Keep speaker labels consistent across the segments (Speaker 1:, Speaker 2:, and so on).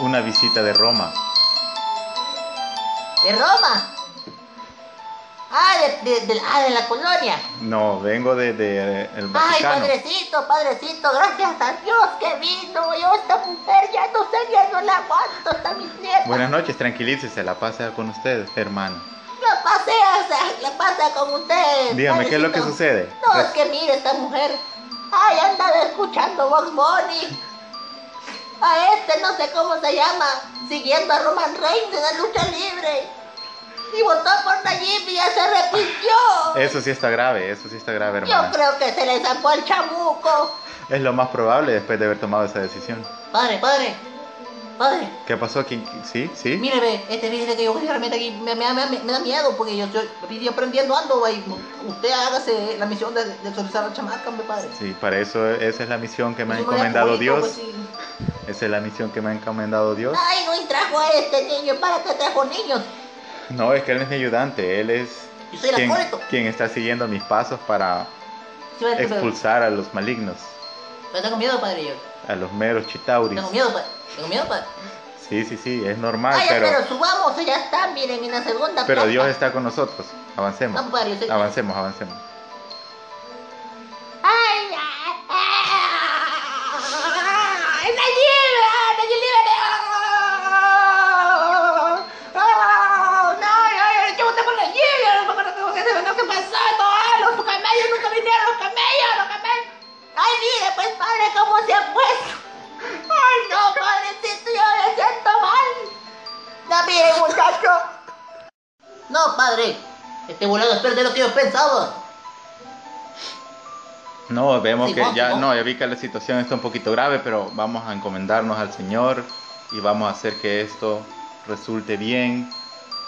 Speaker 1: una visita de Roma.
Speaker 2: ¿De Roma? Ah, de, de, de- ah, de la colonia.
Speaker 1: No, vengo de, de el
Speaker 2: Ay,
Speaker 1: Vaticano.
Speaker 2: padrecito, padrecito, gracias a Dios que vino. Yo esta mujer ya no sé, ya no la aguanto, está mi nieta.
Speaker 1: Buenas noches, tranquilícese, la paz sea con usted, hermano.
Speaker 2: La pasea, la pasea con usted.
Speaker 1: Dígame, ¿qué es lo que
Speaker 2: padrecito.
Speaker 1: sucede?
Speaker 2: No, es que mire esta mujer. Ay, anda escuchando Vox Bunny. A este no sé cómo se llama. Siguiendo a Roman Reigns en la lucha libre. Y votó por Nayib y ya se arrepintió.
Speaker 1: Eso sí está grave, eso sí está grave,
Speaker 2: Yo
Speaker 1: hermano.
Speaker 2: creo que se le sacó el chamuco.
Speaker 1: Es lo más probable después de haber tomado esa decisión.
Speaker 2: Padre, padre. Padre,
Speaker 1: ¿Qué pasó? ¿Quién- ¿Sí? ¿Sí?
Speaker 2: míreme, este dice que yo realmente aquí me, me- me- me da miedo porque yo estoy aprendiendo algo, güey. Usted hágase la misión de, de exorcizar a la chamaca, mi padre.
Speaker 1: Sí, para eso esa es la misión que me ha
Speaker 2: Yo voy a
Speaker 1: encomendado
Speaker 2: Cubito, pues,
Speaker 1: Dios.
Speaker 2: sí.
Speaker 1: Esa es la misión que me ha encomendado Dios.
Speaker 2: Ay, no, y trajo a este niño, ¿para qué trajo niños?
Speaker 1: No, es que él es mi ayudante, él es
Speaker 2: Yo soy el
Speaker 1: quien,
Speaker 2: acólito.
Speaker 1: quien está siguiendo mis pasos para
Speaker 2: Sí, me- me-
Speaker 1: expulsar a los malignos,
Speaker 2: me tengo miedo, padre, yo.
Speaker 1: a los meros chitauris.
Speaker 2: Tengo miedo, padre. Tengo miedo, padre.
Speaker 1: Sí, sí, sí, es normal,
Speaker 2: Ay,
Speaker 1: pero,
Speaker 2: pero subamos, ya está, miren, en la segunda
Speaker 1: pero
Speaker 2: planta.
Speaker 1: Dios está con nosotros. Avancemos,
Speaker 2: No, padre, yo soy-
Speaker 1: avancemos, avancemos.
Speaker 2: ¡Ay, ay, ay! ¡Es la lluvia! ¡Es la lluvia! Oh, ¡No, no, yo- yo voté por la lluvia! No me acuerdo qué se- no, qué pasó, no, ah, los camellos nunca vinieron, los camellos, los camellos. ¡Ay, mire, pues, padre, cómo se ha puesto! ¡Ay, no, padrecito, yo me siento mal! ¡No, mire, muchacho! No, padre, este volado es peor de lo que yo pensaba.
Speaker 1: No, vemos
Speaker 2: Sí,
Speaker 1: que
Speaker 2: vos,
Speaker 1: ya,
Speaker 2: vos.
Speaker 1: no, ya vi que la situación está un poquito grave, pero vamos a encomendarnos al Señor y vamos a hacer que esto resulte bien,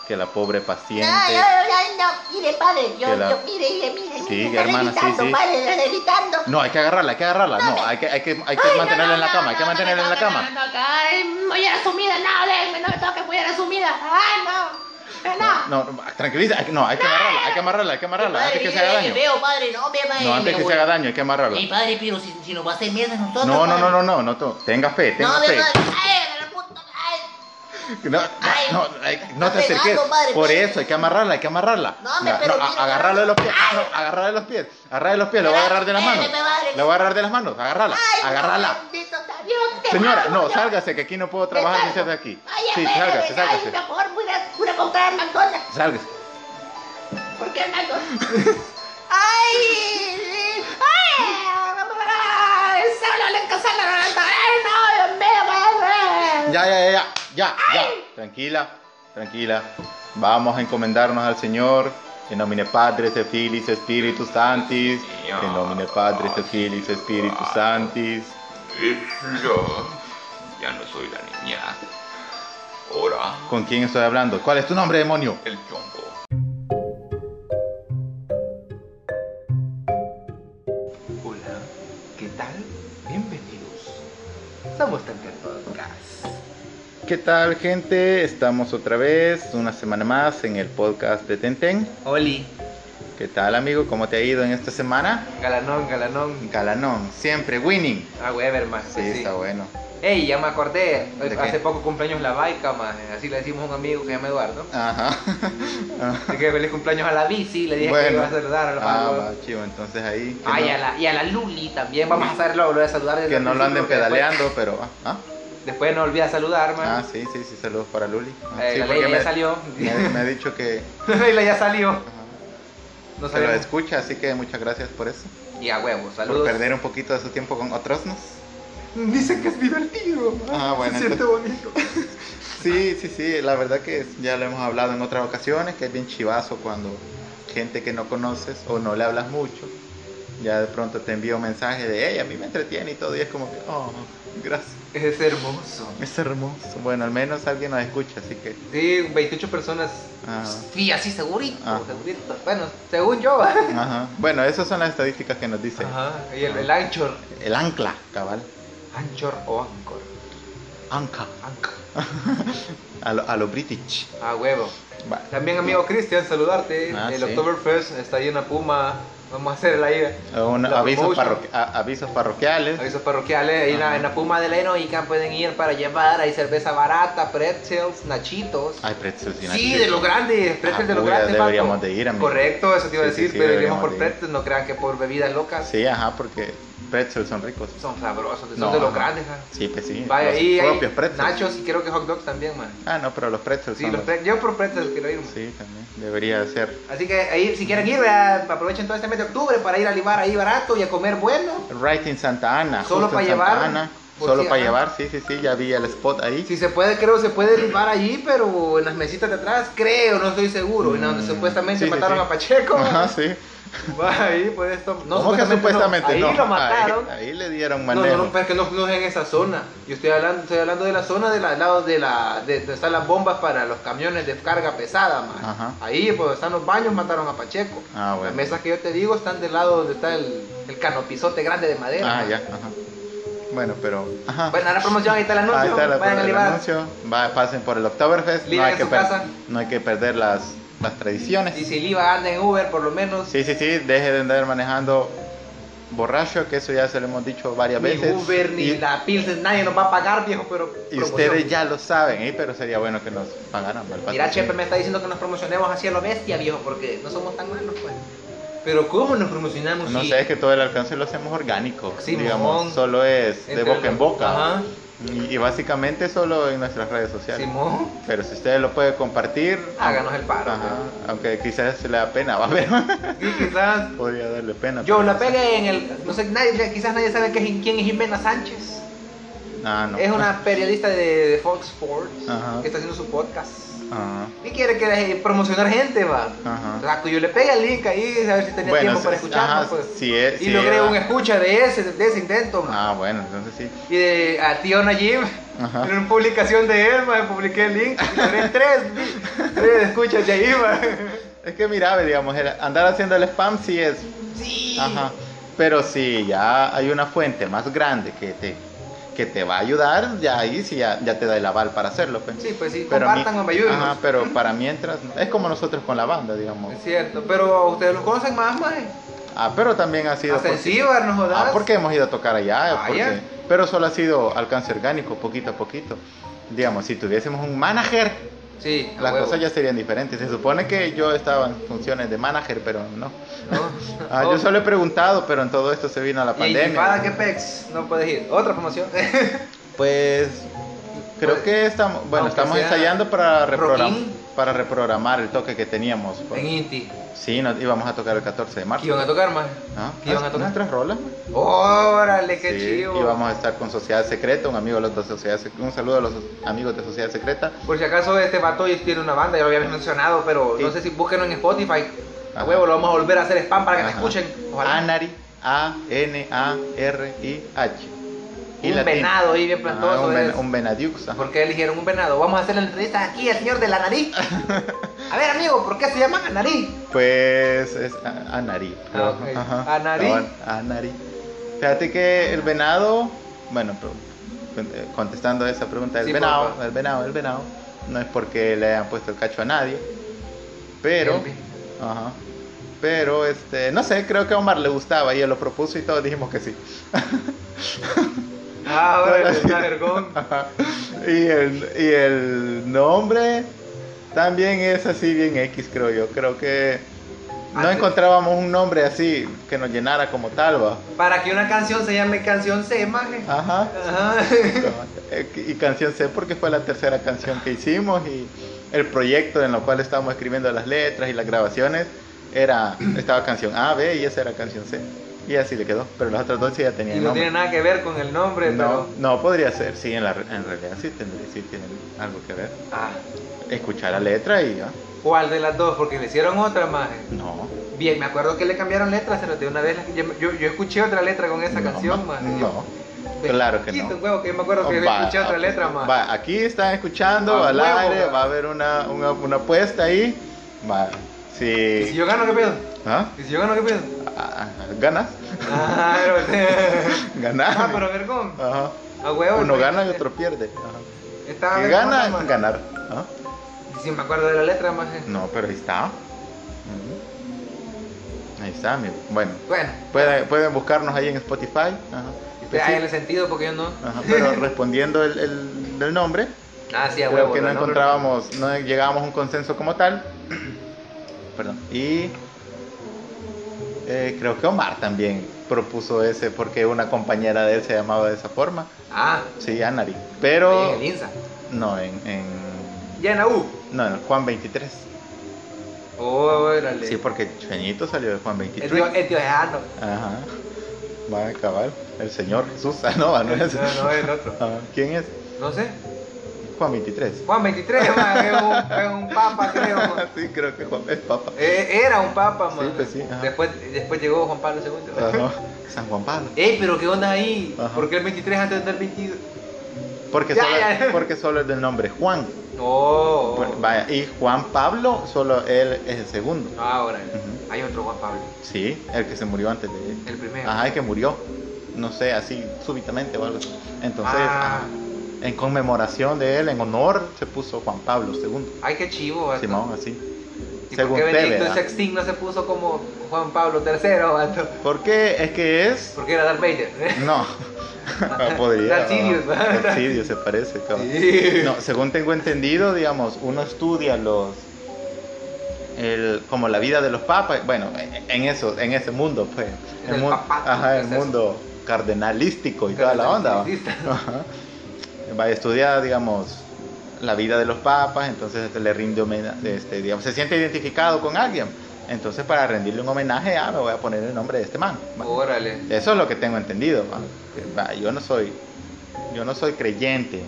Speaker 1: que la pobre paciente...
Speaker 2: Ay, ay, ay, no, mire, padre, yo,
Speaker 1: Que la-
Speaker 2: yo, mire, mire, mire,
Speaker 1: Sí,
Speaker 2: mire,
Speaker 1: hermana, sí,
Speaker 2: gritando,
Speaker 1: sí.
Speaker 2: padre, está gritando.
Speaker 1: No, hay que agarrarla, hay que agarrarla.
Speaker 2: No,
Speaker 1: No,
Speaker 2: me-
Speaker 1: hay que, hay que, hay
Speaker 2: Ay,
Speaker 1: que
Speaker 2: no,
Speaker 1: mantenerla en
Speaker 2: no,
Speaker 1: la
Speaker 2: no,
Speaker 1: cama, hay
Speaker 2: no,
Speaker 1: que
Speaker 2: no me
Speaker 1: mantenerla en la
Speaker 2: toque,
Speaker 1: cama.
Speaker 2: No, no, no, ay, muy resumida, no, déjeme, no me toque muy resumida. Ay, no, eh, no.
Speaker 1: No, no, tranquiliza, hay que- no, hay que amarrarla, hay que amarrarla, hay que amarrarla, antes que se haga
Speaker 2: mire,
Speaker 1: daño.
Speaker 2: Veo, padre, no, me va
Speaker 1: No, antes que se haga daño, hay que amarrarla.
Speaker 2: Ey, padre, pero si, si nos va a hacer mierda a nosotros.
Speaker 1: No, no,
Speaker 2: padre.
Speaker 1: no, no, no, no, to- tenga fe, tenga
Speaker 2: No, mi
Speaker 1: fe.
Speaker 2: madre, ay, pero puto, ay.
Speaker 1: No,
Speaker 2: Ay,
Speaker 1: no, ay, no te
Speaker 2: está
Speaker 1: acerques.
Speaker 2: pegando, padre,
Speaker 1: Por
Speaker 2: mire.
Speaker 1: eso hay que amarrarla, hay que amarrarla.
Speaker 2: No, hombre, pero
Speaker 1: a-
Speaker 2: mira,
Speaker 1: agarrarla de los pies.
Speaker 2: ay.
Speaker 1: No, agarrarla de los pies. Agarrarla de los pies, la voy a agarrar de las manos.
Speaker 2: Espérate, madre.
Speaker 1: La voy a agarrar de las manos, agárrala,
Speaker 2: Ay, no,
Speaker 1: agárrala.
Speaker 2: bendito sea Dios, te
Speaker 1: Señora,
Speaker 2: amo,
Speaker 1: no,
Speaker 2: Dios.
Speaker 1: sálgase que aquí no puedo
Speaker 2: Me
Speaker 1: trabajar si
Speaker 2: salgo.
Speaker 1: usted de aquí.
Speaker 2: Ay,
Speaker 1: Sí,
Speaker 2: espérame,
Speaker 1: sálgase,
Speaker 2: Ay,
Speaker 1: sálgase.
Speaker 2: mejor voy a, voy a comprar McDonald's.
Speaker 1: Sálgase.
Speaker 2: ¿Por qué Naco? ¡Ay! ¡Ay! ¡Solo le casala la garganta! ¡Ay, no! ¡Me voy
Speaker 1: Ya, ya, ya, ya, ya, ya. Tranquila, tranquila. Vamos a encomendarnos al Señor. En nomine Patris et Filii Spiritus Sanctis. En nomine Patris et Filii Spiritus Sanctis.
Speaker 3: Yo ya no soy la niña. Ahora
Speaker 1: ¿Con quién estoy hablando? ¿Cuál es tu nombre, demonio?
Speaker 3: el chongo.
Speaker 4: Hola, ¿qué tal? Bienvenidos. Somos Tanker Podcast.
Speaker 1: ¿Qué tal, gente? Estamos otra vez, una semana más en el podcast de Tenten.
Speaker 4: Oli,
Speaker 1: ¿Qué tal, amigo? ¿Cómo te ha ido en esta semana?
Speaker 4: galanón, galanón.
Speaker 1: Galanón, siempre winning.
Speaker 4: Ah, Weber, más.
Speaker 1: Sí, está bueno.
Speaker 4: Ey, ya me acordé. Hoy-
Speaker 1: ¿De qué?
Speaker 4: Hace poco cumpleaños la baica, más. Así le decimos a un amigo que se llama Eduardo.
Speaker 1: Ajá.
Speaker 4: Así que feliz cumpleaños a la bici. Le dije que
Speaker 1: Bueno.
Speaker 4: iba a saludar a los
Speaker 1: Ah,
Speaker 4: amigos.
Speaker 1: va, chivo, entonces ahí. que
Speaker 4: Ay,
Speaker 1: no-
Speaker 4: a la, y a la Luli también. Vamos a hacerlo, volver a saludar. desde
Speaker 1: Que
Speaker 4: el
Speaker 1: no lo anden
Speaker 4: principio, que después-
Speaker 1: pedaleando, pero. ah, Ah,
Speaker 4: Después no olvida saludar, man.
Speaker 1: ah, sí, sí, sí, saludos para Luli. Ah,
Speaker 4: Eh,
Speaker 1: sí,
Speaker 4: la
Speaker 1: porque
Speaker 4: Leila
Speaker 1: me,
Speaker 4: ya salió.
Speaker 1: me- me ha dicho que
Speaker 4: La Leila ya salió.
Speaker 1: ajá,
Speaker 4: No
Speaker 1: se lo
Speaker 4: sabemos.
Speaker 1: escucha, así que muchas gracias por eso.
Speaker 4: Y a huevo,
Speaker 1: Por
Speaker 4: saludos.
Speaker 1: perder un poquito de su tiempo con otros nos.
Speaker 4: Dicen que es divertido, man.
Speaker 1: Ah, bueno,
Speaker 4: Se siente bonito.
Speaker 1: Sí, sí, sí, la verdad que es- ya lo hemos hablado en otras ocasiones, que es bien chivazo cuando gente que no conoces o no le hablas mucho, ya de pronto te envía un mensaje de, hey, a mí me entretiene y todo, y es como que, oh, gracias.
Speaker 4: Es hermoso.
Speaker 1: Es hermoso. Bueno, al menos alguien nos escucha, así que.
Speaker 4: Sí, 28 personas.
Speaker 1: ah,
Speaker 4: Sí, así segurito,
Speaker 1: Ajá.
Speaker 4: segurito. Bueno, según yo.
Speaker 1: ajá. Bueno, esas son las estadísticas que nos dicen.
Speaker 4: Ajá. Y el, el Anchor.
Speaker 1: El ancla, cabal.
Speaker 4: Anchor o Anchor.
Speaker 1: Anca.
Speaker 4: Anchor.
Speaker 1: A lo, a lo British.
Speaker 4: Ah, huevo.
Speaker 1: Va.
Speaker 4: También, amigo Cristian, saludarte.
Speaker 1: Ah,
Speaker 4: el
Speaker 1: sí.
Speaker 4: Oktoberfest está ahí en Apuma. Vamos a hacer la ida.
Speaker 1: Un-
Speaker 4: La
Speaker 1: avisos,
Speaker 4: promotion.
Speaker 1: parroqui- a- avisos parroquiales.
Speaker 4: Avisos parroquiales, ¿eh? ahí en la, en la Puma de la Heroica pueden ir para llevar, hay cerveza barata, pretzels, nachitos.
Speaker 1: Ay, pretzels y
Speaker 4: Sí,
Speaker 1: nachos.
Speaker 4: de los grandes, pretzels
Speaker 1: Ah,
Speaker 4: de los
Speaker 1: uy,
Speaker 4: grandes.
Speaker 1: deberíamos
Speaker 4: Paco.
Speaker 1: de ir, amigo.
Speaker 4: Correcto, eso te iba a
Speaker 1: Sí, sí,
Speaker 4: decir,
Speaker 1: sí,
Speaker 4: pero
Speaker 1: deberíamos
Speaker 4: iremos por
Speaker 1: de ir.
Speaker 4: pretzels, no crean que por bebidas locas.
Speaker 1: Sí, ajá, porque pretzels son ricos.
Speaker 4: Son sabrosos, son
Speaker 1: No,
Speaker 4: de los
Speaker 1: ajá.
Speaker 4: grandes. ah.
Speaker 1: Sí, pues sí.
Speaker 4: Vaya,
Speaker 1: los
Speaker 4: ahí hay
Speaker 1: propios pretzels.
Speaker 4: nachos y creo que hot dogs también, man.
Speaker 1: Ah, no, pero los pretzels
Speaker 4: Sí,
Speaker 1: son
Speaker 4: los
Speaker 1: los-
Speaker 4: pre- yo por pretzels quiero ir, man.
Speaker 1: Sí, también. Debería ser.
Speaker 4: Así que ahí, si quieren ir, eh, aprovechen todo este mes de octubre para ir a Libar ahí barato y a comer bueno.
Speaker 1: Right in Santa Ana.
Speaker 4: Solo
Speaker 1: justo
Speaker 4: pa'
Speaker 1: en
Speaker 4: llevar,
Speaker 1: Santa Ana.
Speaker 4: por
Speaker 1: Solo
Speaker 4: si-
Speaker 1: para
Speaker 4: ah.
Speaker 1: llevar, sí, sí, sí. Ya vi el spot ahí.
Speaker 4: Si se puede, creo, se puede libar allí, pero en las mesitas de atrás, creo, no estoy seguro. En donde
Speaker 1: Mm,
Speaker 4: supuestamente
Speaker 1: sí, sí,
Speaker 4: mataron
Speaker 1: sí.
Speaker 4: a Pacheco.
Speaker 1: Ajá, sí.
Speaker 4: Va ahí, pues, puedes tomar.
Speaker 1: ¿Cómo que supuestamente no? Ah,
Speaker 4: Ahí lo mataron.
Speaker 1: Ahí, ahí le dieron
Speaker 4: No, no,
Speaker 1: manejo.
Speaker 4: no, pero es que no, no es en esa zona. Yo estoy hablando, estoy hablando de la zona de la- al lado de la de, donde están las bombas para los camiones de carga pesada, man.
Speaker 1: Ajá.
Speaker 4: Ahí, pues donde están los baños, mataron a Pacheco.
Speaker 1: Ah, bueno.
Speaker 4: Las mesas que yo te digo están del lado donde está el, el canopizote grande de madera.
Speaker 1: Ah,
Speaker 4: man.
Speaker 1: ya, ajá. Bueno, pero. Ajá.
Speaker 4: Bueno, ahora promoción, ahí está el anuncio.
Speaker 1: Ahí está la-
Speaker 4: Vayan a
Speaker 1: el
Speaker 4: Libar.
Speaker 1: anuncio. Va, pasen por el Oktoberfest. No
Speaker 4: Liban
Speaker 1: hay,
Speaker 4: en
Speaker 1: que
Speaker 4: su
Speaker 1: per-
Speaker 4: casa.
Speaker 1: no hay que perder las, las tradiciones.
Speaker 4: Y si Liva anda en Uber, por lo menos.
Speaker 1: Sí, sí, sí, deje de andar manejando borracho, que eso ya se lo hemos dicho varias
Speaker 4: ni
Speaker 1: veces.
Speaker 4: Uber, ni
Speaker 1: y,
Speaker 4: la Pilsen, nadie nos va a pagar, viejo, pero.
Speaker 1: y
Speaker 4: promoción.
Speaker 1: ustedes ya lo saben, ¿eh? pero sería bueno que nos pagaran. ¿verdad?
Speaker 4: Mira, Chepe me está diciendo que nos promocionemos así a lo bestia, viejo, porque no somos tan malos, pues. Pero ¿cómo nos promocionamos?
Speaker 1: No
Speaker 4: si
Speaker 1: sé, es que todo el alcance lo hacemos orgánico,
Speaker 4: Sí,
Speaker 1: digamos,
Speaker 4: mon.
Speaker 1: solo es de
Speaker 4: entre
Speaker 1: boca
Speaker 4: los-
Speaker 1: en boca.
Speaker 4: Ajá.
Speaker 1: Y, y básicamente solo en nuestras redes sociales.
Speaker 4: Simón,
Speaker 1: Pero si ustedes lo pueden compartir,
Speaker 4: háganos el paro.
Speaker 1: ajá, aunque quizás se le da pena, va a ver,
Speaker 4: pues. Y quizás
Speaker 1: podría darle pena.
Speaker 4: yo
Speaker 1: pero
Speaker 4: la
Speaker 1: no sé.
Speaker 4: pegué en el. No sé, nadie, quizás nadie sabe que es- quién es Jimena Sánchez.
Speaker 1: Ah, no.
Speaker 4: Es una periodista de, de Fox Sports
Speaker 1: Ajá.
Speaker 4: que está haciendo su podcast.
Speaker 1: Ajá,
Speaker 4: Y quiere que le- promocionar gente, va.
Speaker 1: ajá.
Speaker 4: Saco, yo le pegué el link ahí, a ver si tenía
Speaker 1: Bueno,
Speaker 4: tiempo
Speaker 1: sí,
Speaker 4: para escucharlo.
Speaker 1: ajá,
Speaker 4: pues.
Speaker 1: sí es-
Speaker 4: y
Speaker 1: sí
Speaker 4: logré
Speaker 1: era.
Speaker 4: un escucha de ese, de ese intento. man.
Speaker 1: Ah, bueno, entonces sí.
Speaker 4: Y de, a tío Najib,
Speaker 1: Ajá.
Speaker 4: en una publicación de él, man, publiqué el link. y logré tres, vi- tres escuchas de ahí, man.
Speaker 1: Es que mira, ve, digamos, el andar haciendo el spam sí es.
Speaker 4: Sí.
Speaker 1: Ajá. Pero si ya hay una fuente más grande que te, que te va a ayudar, ya ahí sí ya, ya te da el aval para hacerlo. pues.
Speaker 4: Sí, pues sí,
Speaker 1: Pero
Speaker 4: compartan
Speaker 1: mi-
Speaker 4: o me ayuden.
Speaker 1: Ajá, pero para mientras, es como nosotros con la banda, digamos.
Speaker 4: Es cierto, pero ustedes los conocen más, man.
Speaker 1: Ah, pero también ha sido.
Speaker 4: Hasta en
Speaker 1: porque-
Speaker 4: Cibar, no jodas.
Speaker 1: Ah, porque hemos ido a tocar allá.
Speaker 4: Ah,
Speaker 1: porque-
Speaker 4: ya.
Speaker 1: Pero solo ha sido alcance orgánico, poquito a poquito. Digamos, si tuviésemos un manager,
Speaker 4: Sí, a
Speaker 1: las
Speaker 4: huevo.
Speaker 1: cosas ya serían diferentes. Se supone que yo estaba en funciones de manager, pero no.
Speaker 4: No.
Speaker 1: Ah,
Speaker 4: Oh.
Speaker 1: Yo solo he preguntado, pero en todo esto se vino la
Speaker 4: Y- Y para que
Speaker 1: pandemia.
Speaker 4: pex, no puedes ir. Otra promoción.
Speaker 1: Pues creo que estamos, bueno,
Speaker 4: Aunque
Speaker 1: estamos
Speaker 4: sea
Speaker 1: ensayando para reprogramar,
Speaker 4: rocking.
Speaker 1: para reprogramar el toque que teníamos. pues.
Speaker 4: en Inti.
Speaker 1: Sí, nos íbamos a tocar el 14 de
Speaker 4: ¿Qué
Speaker 1: marzo.
Speaker 4: iban a tocar, man?
Speaker 1: ¿no?
Speaker 4: ¿Qué iban a tocar?
Speaker 1: Nuestras rolas. man.
Speaker 4: Órale, qué
Speaker 1: Ah, Sí,
Speaker 4: chido.
Speaker 1: íbamos a estar con Sociedad Secreta, un amigo de los de Sociedad Sec- un saludo a los amigos de Sociedad Secreta.
Speaker 4: Por si acaso este vato ya tiene una banda, ya lo habíamos mencionado, pero no
Speaker 1: Sí.
Speaker 4: sé si búsquenlo en Spotify. A
Speaker 1: Ajá.
Speaker 4: huevo, lo vamos a volver a hacer spam para que
Speaker 1: Ajá.
Speaker 4: me escuchen. Ojalá.
Speaker 1: Anari, A N A R I H. Y
Speaker 4: un
Speaker 1: latín.
Speaker 4: venado ahí bien
Speaker 1: Ajá,
Speaker 4: plantoso.
Speaker 1: un,
Speaker 4: es.
Speaker 1: ven- un venadiux, ajá.
Speaker 4: ¿Por qué eligieron un venado? Vamos a hacer la entrevista aquí al señor de la nariz. A ver, amigo, ¿por qué se llaman a nariz?
Speaker 1: Pues es a- Anari. creo.
Speaker 4: Ah, ok.
Speaker 1: Ajá.
Speaker 4: Anari.
Speaker 1: Cabal, Anari. Fíjate que el venado, bueno, pero, eh, contestando esa pregunta, el
Speaker 4: Sí,
Speaker 1: venado,
Speaker 4: porfa.
Speaker 1: el venado, el venado, no es porque le hayan puesto el cacho a nadie, pero,
Speaker 4: Bien,
Speaker 1: ajá, pero este, no sé, creo que a Omar le gustaba y él lo propuso y todos dijimos que sí.
Speaker 4: Ah,
Speaker 1: Ahora
Speaker 4: ahora
Speaker 1: sí.
Speaker 4: es un vergón.
Speaker 1: Ajá. y, el, y el nombre también es así bien X, creo yo. Creo que no
Speaker 4: Antes-
Speaker 1: encontrábamos un nombre así que nos llenara como tal, va.
Speaker 4: Para que una canción se llame canción C, maje.
Speaker 1: Ajá.
Speaker 4: Ajá.
Speaker 1: Eh, Y canción C porque fue la tercera canción que hicimos y el proyecto en el cual estábamos escribiendo las letras y las grabaciones era estaba canción A, B y esa era canción C. Y así le quedó, pero las otras dos sí ya
Speaker 4: Y
Speaker 1: tenían
Speaker 4: no
Speaker 1: nombre.
Speaker 4: tiene nada que ver con el nombre,
Speaker 1: No,
Speaker 4: pero.
Speaker 1: no podría ser, sí, en, la, re- en realidad sí, tendría, sí tienen algo que ver.
Speaker 4: Ah,
Speaker 1: Escuchar la letra y ya.
Speaker 4: ¿Cuál de las dos? Porque le hicieron otra, maje.
Speaker 1: No.
Speaker 4: Bien, me acuerdo que le cambiaron letras, pero de una vez la- yo, yo, yo escuché otra letra con esa
Speaker 1: no,
Speaker 4: canción,
Speaker 1: ma-
Speaker 4: maje.
Speaker 1: No.
Speaker 4: Yo-
Speaker 1: claro que
Speaker 4: Quito,
Speaker 1: no. pues,
Speaker 4: huevo, que yo me acuerdo que
Speaker 1: Va,
Speaker 4: escuché otra
Speaker 1: a-
Speaker 4: letra, maje.
Speaker 1: va, aquí están escuchando
Speaker 4: A
Speaker 1: al
Speaker 4: huevo,
Speaker 1: aire,
Speaker 4: va.
Speaker 1: va a haber una, una, una apuesta ahí. Va,
Speaker 4: ¿Y si
Speaker 1: sí.
Speaker 4: Pues yo gano, qué pedo?
Speaker 1: ¿Ah?
Speaker 4: ¿Y si yo gano, qué pedo?
Speaker 1: Ah, ¿Ganas?
Speaker 4: Ah, pero-
Speaker 1: ¿Ganas?
Speaker 4: Ah, pero vergón.
Speaker 1: Ajá.
Speaker 4: A huevo.
Speaker 1: Uno
Speaker 4: pues,
Speaker 1: gana y
Speaker 4: eh,
Speaker 1: otro pierde. Ajá.
Speaker 4: Estaba
Speaker 1: ¿Qué
Speaker 4: vergón,
Speaker 1: gana?
Speaker 4: maje.
Speaker 1: Ganar. ¿Ah? Ajá.
Speaker 4: Y si me acuerdo de la letra, maje.
Speaker 1: No, pero ahí está. Ujú. Ahí está, mi- bueno.
Speaker 4: Bueno,
Speaker 1: Pueden, pueden buscarnos ahí en Spotify. Ajá. pues
Speaker 4: usted hay en el sentido porque yo no.
Speaker 1: Ajá, pero respondiendo el, el- del nombre,
Speaker 4: Ah, sí, a
Speaker 1: creo
Speaker 4: huevo.
Speaker 1: que no
Speaker 4: ¿no?
Speaker 1: encontrábamos, no llegábamos a un consenso como tal. Perdón. Y eh, creo que Omar también propuso ese porque una compañera de él se llamaba de esa forma.
Speaker 4: Ah,
Speaker 1: Sí, Anari.
Speaker 4: ahí en
Speaker 1: Pero
Speaker 4: el INSA.
Speaker 1: no, en, en
Speaker 4: Ya en la U.
Speaker 1: no, en Juan 23.
Speaker 4: Órale.
Speaker 1: Sí, porque Cheñito salió de Juan
Speaker 4: el tío,
Speaker 1: 23.
Speaker 4: el tío Jano.
Speaker 1: Ajá. Va a acabar. El señor Jesús. Ah, no, no es.
Speaker 4: No, no, el otro.
Speaker 1: Ah, ¿Quién es?
Speaker 4: No sé.
Speaker 1: Juan 23.
Speaker 4: Juan 23, man, es, un, es un papa, creo. man.
Speaker 1: sí, creo que Juan es papa.
Speaker 4: Eh, Era un papa, man.
Speaker 1: Sí, pues sí, ajá.
Speaker 4: después, después llegó Juan Pablo II.
Speaker 1: Ajá, San Juan Pablo.
Speaker 4: Ey, pero qué onda ahí.
Speaker 1: Ajá.
Speaker 4: ¿Por qué el 23 antes del 22?
Speaker 1: Porque
Speaker 4: Ya,
Speaker 1: solo,
Speaker 4: ya.
Speaker 1: porque solo es del nombre Juan.
Speaker 4: No.
Speaker 1: Bueno, Vaya, y Juan Pablo, solo él es el segundo.
Speaker 4: Ah, órale.
Speaker 1: Ujú.
Speaker 4: Hay otro Juan Pablo.
Speaker 1: Sí, el que se murió antes de él.
Speaker 4: El primero.
Speaker 1: Ajá, el que murió. No sé, así súbitamente o algo así. Entonces,
Speaker 4: Ah.
Speaker 1: ajá, en conmemoración de él, en honor, se puso Juan Pablo II.
Speaker 4: Ay, qué chivo. vato.
Speaker 1: Simón, así.
Speaker 4: ¿Y
Speaker 1: según
Speaker 4: por qué
Speaker 1: Tebe,
Speaker 4: Benedicto
Speaker 1: ¿verdad?
Speaker 4: XVI no se puso como Juan Pablo III, vato?
Speaker 1: Porque es que es.
Speaker 4: Porque era Darth Vader.
Speaker 1: No. Podría.
Speaker 4: Darth Sidious, ¿verdad?
Speaker 1: Darth Sidious se parece, cabrón.
Speaker 4: Sí.
Speaker 1: No, según tengo entendido, digamos, uno estudia los el, como la vida de los papas, bueno, en eso, en ese mundo, pues,
Speaker 4: En el
Speaker 1: mun-
Speaker 4: papato,
Speaker 1: ajá, el
Speaker 4: es eso.
Speaker 1: mundo cardenalístico y toda la onda. ¿va?
Speaker 4: Cardenalista.
Speaker 1: Ajá. Va a estudiar, digamos, la vida de los papas, entonces este, le rinde homenaje, este, digamos, se siente identificado con alguien, entonces para rendirle un homenaje, ah, me voy a poner el nombre de este man. ¿va?
Speaker 4: Órale.
Speaker 1: Eso es lo que tengo entendido. ¿va? Que, va, Yo no soy, yo no soy creyente.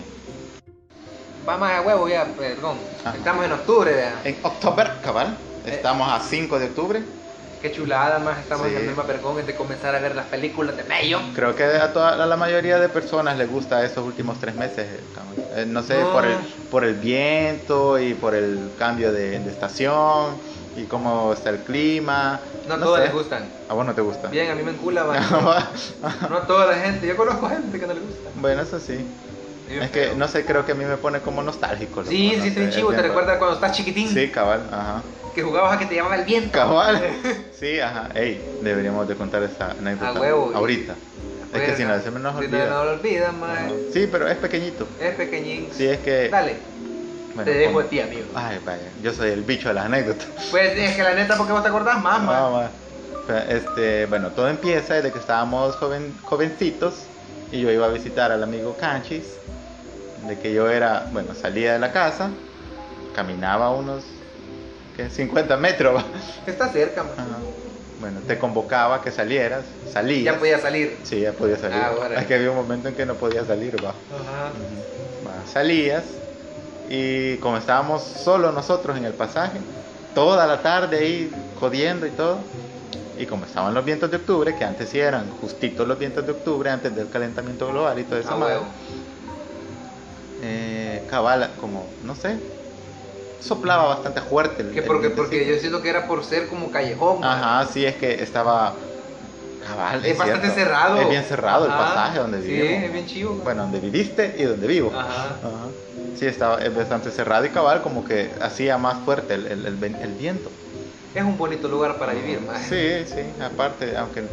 Speaker 4: Va más a huevo ya, perdón.
Speaker 1: Ajá.
Speaker 4: Estamos en octubre, vea.
Speaker 1: En October, cabal.
Speaker 4: Eh.
Speaker 1: Estamos a 5 de octubre.
Speaker 4: Qué chulada, más estamos
Speaker 1: Sí.
Speaker 4: en el mismo percón de comenzar a ver las películas de Mayo.
Speaker 1: Creo que a, toda, a la mayoría de personas les gusta esos últimos tres meses. eh, cabrón. Eh, No sé,
Speaker 4: No.
Speaker 1: Por, el, por el viento y por el cambio de, de estación y cómo está el clima.
Speaker 4: No, todas
Speaker 1: sé.
Speaker 4: les gustan.
Speaker 1: A vos no te gusta.
Speaker 4: Bien, a mí me encula, va. No a toda la gente. Yo conozco gente que no le gusta.
Speaker 1: bueno, eso sí.
Speaker 4: Y yo
Speaker 1: Es que,
Speaker 4: creo.
Speaker 1: no sé, creo que a mí me pone como nostálgico. loco,
Speaker 4: Sí,
Speaker 1: no
Speaker 4: sí,
Speaker 1: sé,
Speaker 4: estoy
Speaker 1: es
Speaker 4: chivo.
Speaker 1: bien
Speaker 4: Te
Speaker 1: raro.
Speaker 4: recuerda cuando estás chiquitín.
Speaker 1: Sí, cabal, ajá.
Speaker 4: Que jugabas a que te llamaba el viento.
Speaker 1: Cabal. Sí, ajá. Ey, deberíamos de contar esa anécdota
Speaker 4: huevo, y-
Speaker 1: ahorita. Es que si no, se me nos
Speaker 4: Si no, no
Speaker 1: olvida.
Speaker 4: lo olvidas, mae.
Speaker 1: Sí, pero es pequeñito.
Speaker 4: Es pequeñín.
Speaker 1: Sí, es que.
Speaker 4: Dale,
Speaker 1: bueno, Ah.
Speaker 4: te dejo
Speaker 1: como-
Speaker 4: a ti, amigo.
Speaker 1: Ay, vaya, yo soy el bicho de las anécdotas.
Speaker 4: Pues es que la neta, porque vos te acordás más, mae.
Speaker 1: Ah, va. Pero, Este, bueno, todo empieza desde que estábamos joven, jovencitos y yo iba a visitar al amigo Canchis, de que yo era, bueno, salía de la casa, caminaba unos ¿qué? 50 metros. va.
Speaker 4: Está cerca, mae.
Speaker 1: Ajá. Bueno, te convocaba que salieras, salías.
Speaker 4: Ya podía salir.
Speaker 1: Sí, ya podía salir.
Speaker 4: Ah, bueno.
Speaker 1: Es que había un momento en que no podía salir, va.
Speaker 4: Ajá.
Speaker 1: Va, Salías y como estábamos solo nosotros en el pasaje, toda la tarde ahí jodiendo y todo, y como estaban los vientos de octubre, que antes sí eran justitos los vientos de octubre, antes del calentamiento global y todo eso,
Speaker 4: A
Speaker 1: madre,
Speaker 4: Ah, huevo.
Speaker 1: eh, cabal, como, no sé, soplaba bastante fuerte. el-
Speaker 4: Que
Speaker 1: el
Speaker 4: porque,
Speaker 1: vientecito.
Speaker 4: porque yo siento que era por ser como callejón, mae.
Speaker 1: Ajá, sí, es que estaba... Cabal,
Speaker 4: Es bastante
Speaker 1: cierto.
Speaker 4: cerrado.
Speaker 1: Es bien cerrado el
Speaker 4: Ajá.
Speaker 1: pasaje donde
Speaker 4: Sí,
Speaker 1: vivimos.
Speaker 4: es bien chivo, mae.
Speaker 1: Bueno, donde viviste y donde vivo.
Speaker 4: Ajá.
Speaker 1: Ajá. Sí, estaba eh, pues, es bastante cerrado y cabal, como que hacía más fuerte el, el- el ven- el viento.
Speaker 4: Es un bonito lugar para vivir, mae.
Speaker 1: Sí, sí, aparte, aunque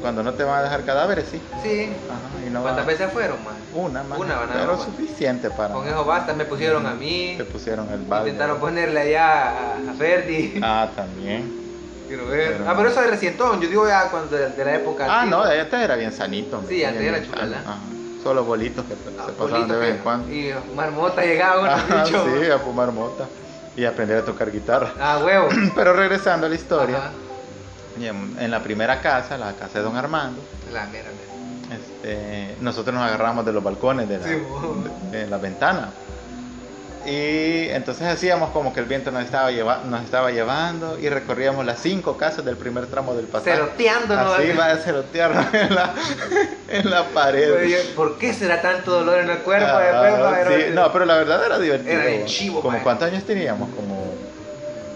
Speaker 1: cuando no te van a dejar cadáveres, sí.
Speaker 4: Sí.
Speaker 1: Ajá, y no
Speaker 4: ¿Cuántas
Speaker 1: va-
Speaker 4: veces fueron, mae?
Speaker 1: Una más.
Speaker 4: Una van a
Speaker 1: pero
Speaker 4: dar,
Speaker 1: suficiente para.
Speaker 4: Con eso basta, me pusieron a mí.
Speaker 1: Te pusieron el balde.
Speaker 4: Intentaron ponerle allá a- a Ferdi.
Speaker 1: Ah, también.
Speaker 4: Quiero ver.
Speaker 1: Pero-
Speaker 4: Ah, pero eso es recientón. Yo digo ya cuando de, de la época.
Speaker 1: Ah,
Speaker 4: antigua.
Speaker 1: no, de antes era bien sanito.
Speaker 4: Sí, antes
Speaker 1: bien
Speaker 4: era
Speaker 1: sano,
Speaker 4: chulala.
Speaker 1: ajá. Solo bolitos que se
Speaker 4: Ah,
Speaker 1: pasaban de
Speaker 4: bolito
Speaker 1: vez
Speaker 4: que-
Speaker 1: en cuando.
Speaker 4: Y marmota llegaba uno,
Speaker 1: Ajá,
Speaker 4: bicho.
Speaker 1: sí, a fumar mota y aprender a tocar guitarra.
Speaker 4: Ah, huevo.
Speaker 1: Pero regresando a la historia.
Speaker 4: Ajá.
Speaker 1: Y en, en la primera casa, la casa de don Armando,
Speaker 4: La mierda.
Speaker 1: este, nosotros nos agarramos de los balcones, de, la,
Speaker 4: Sí, vos.
Speaker 1: de- de las ventanas. Y entonces hacíamos como que el viento nos estaba, lleva- nos estaba llevando y recorríamos las cinco casas del primer tramo del pasaje.
Speaker 4: Ceroteándonos.
Speaker 1: Así va a cerotearnos en la, en la pared.
Speaker 4: Oye, ¿Por qué será tanto dolor en el cuerpo?
Speaker 1: Ah,
Speaker 4: después, pa?
Speaker 1: sí,
Speaker 4: Era-
Speaker 1: No, pero la verdad era divertido.
Speaker 4: Era bien
Speaker 1: vos.
Speaker 4: chivo,
Speaker 1: como
Speaker 4: man.
Speaker 1: ¿Cuántos años teníamos? Como,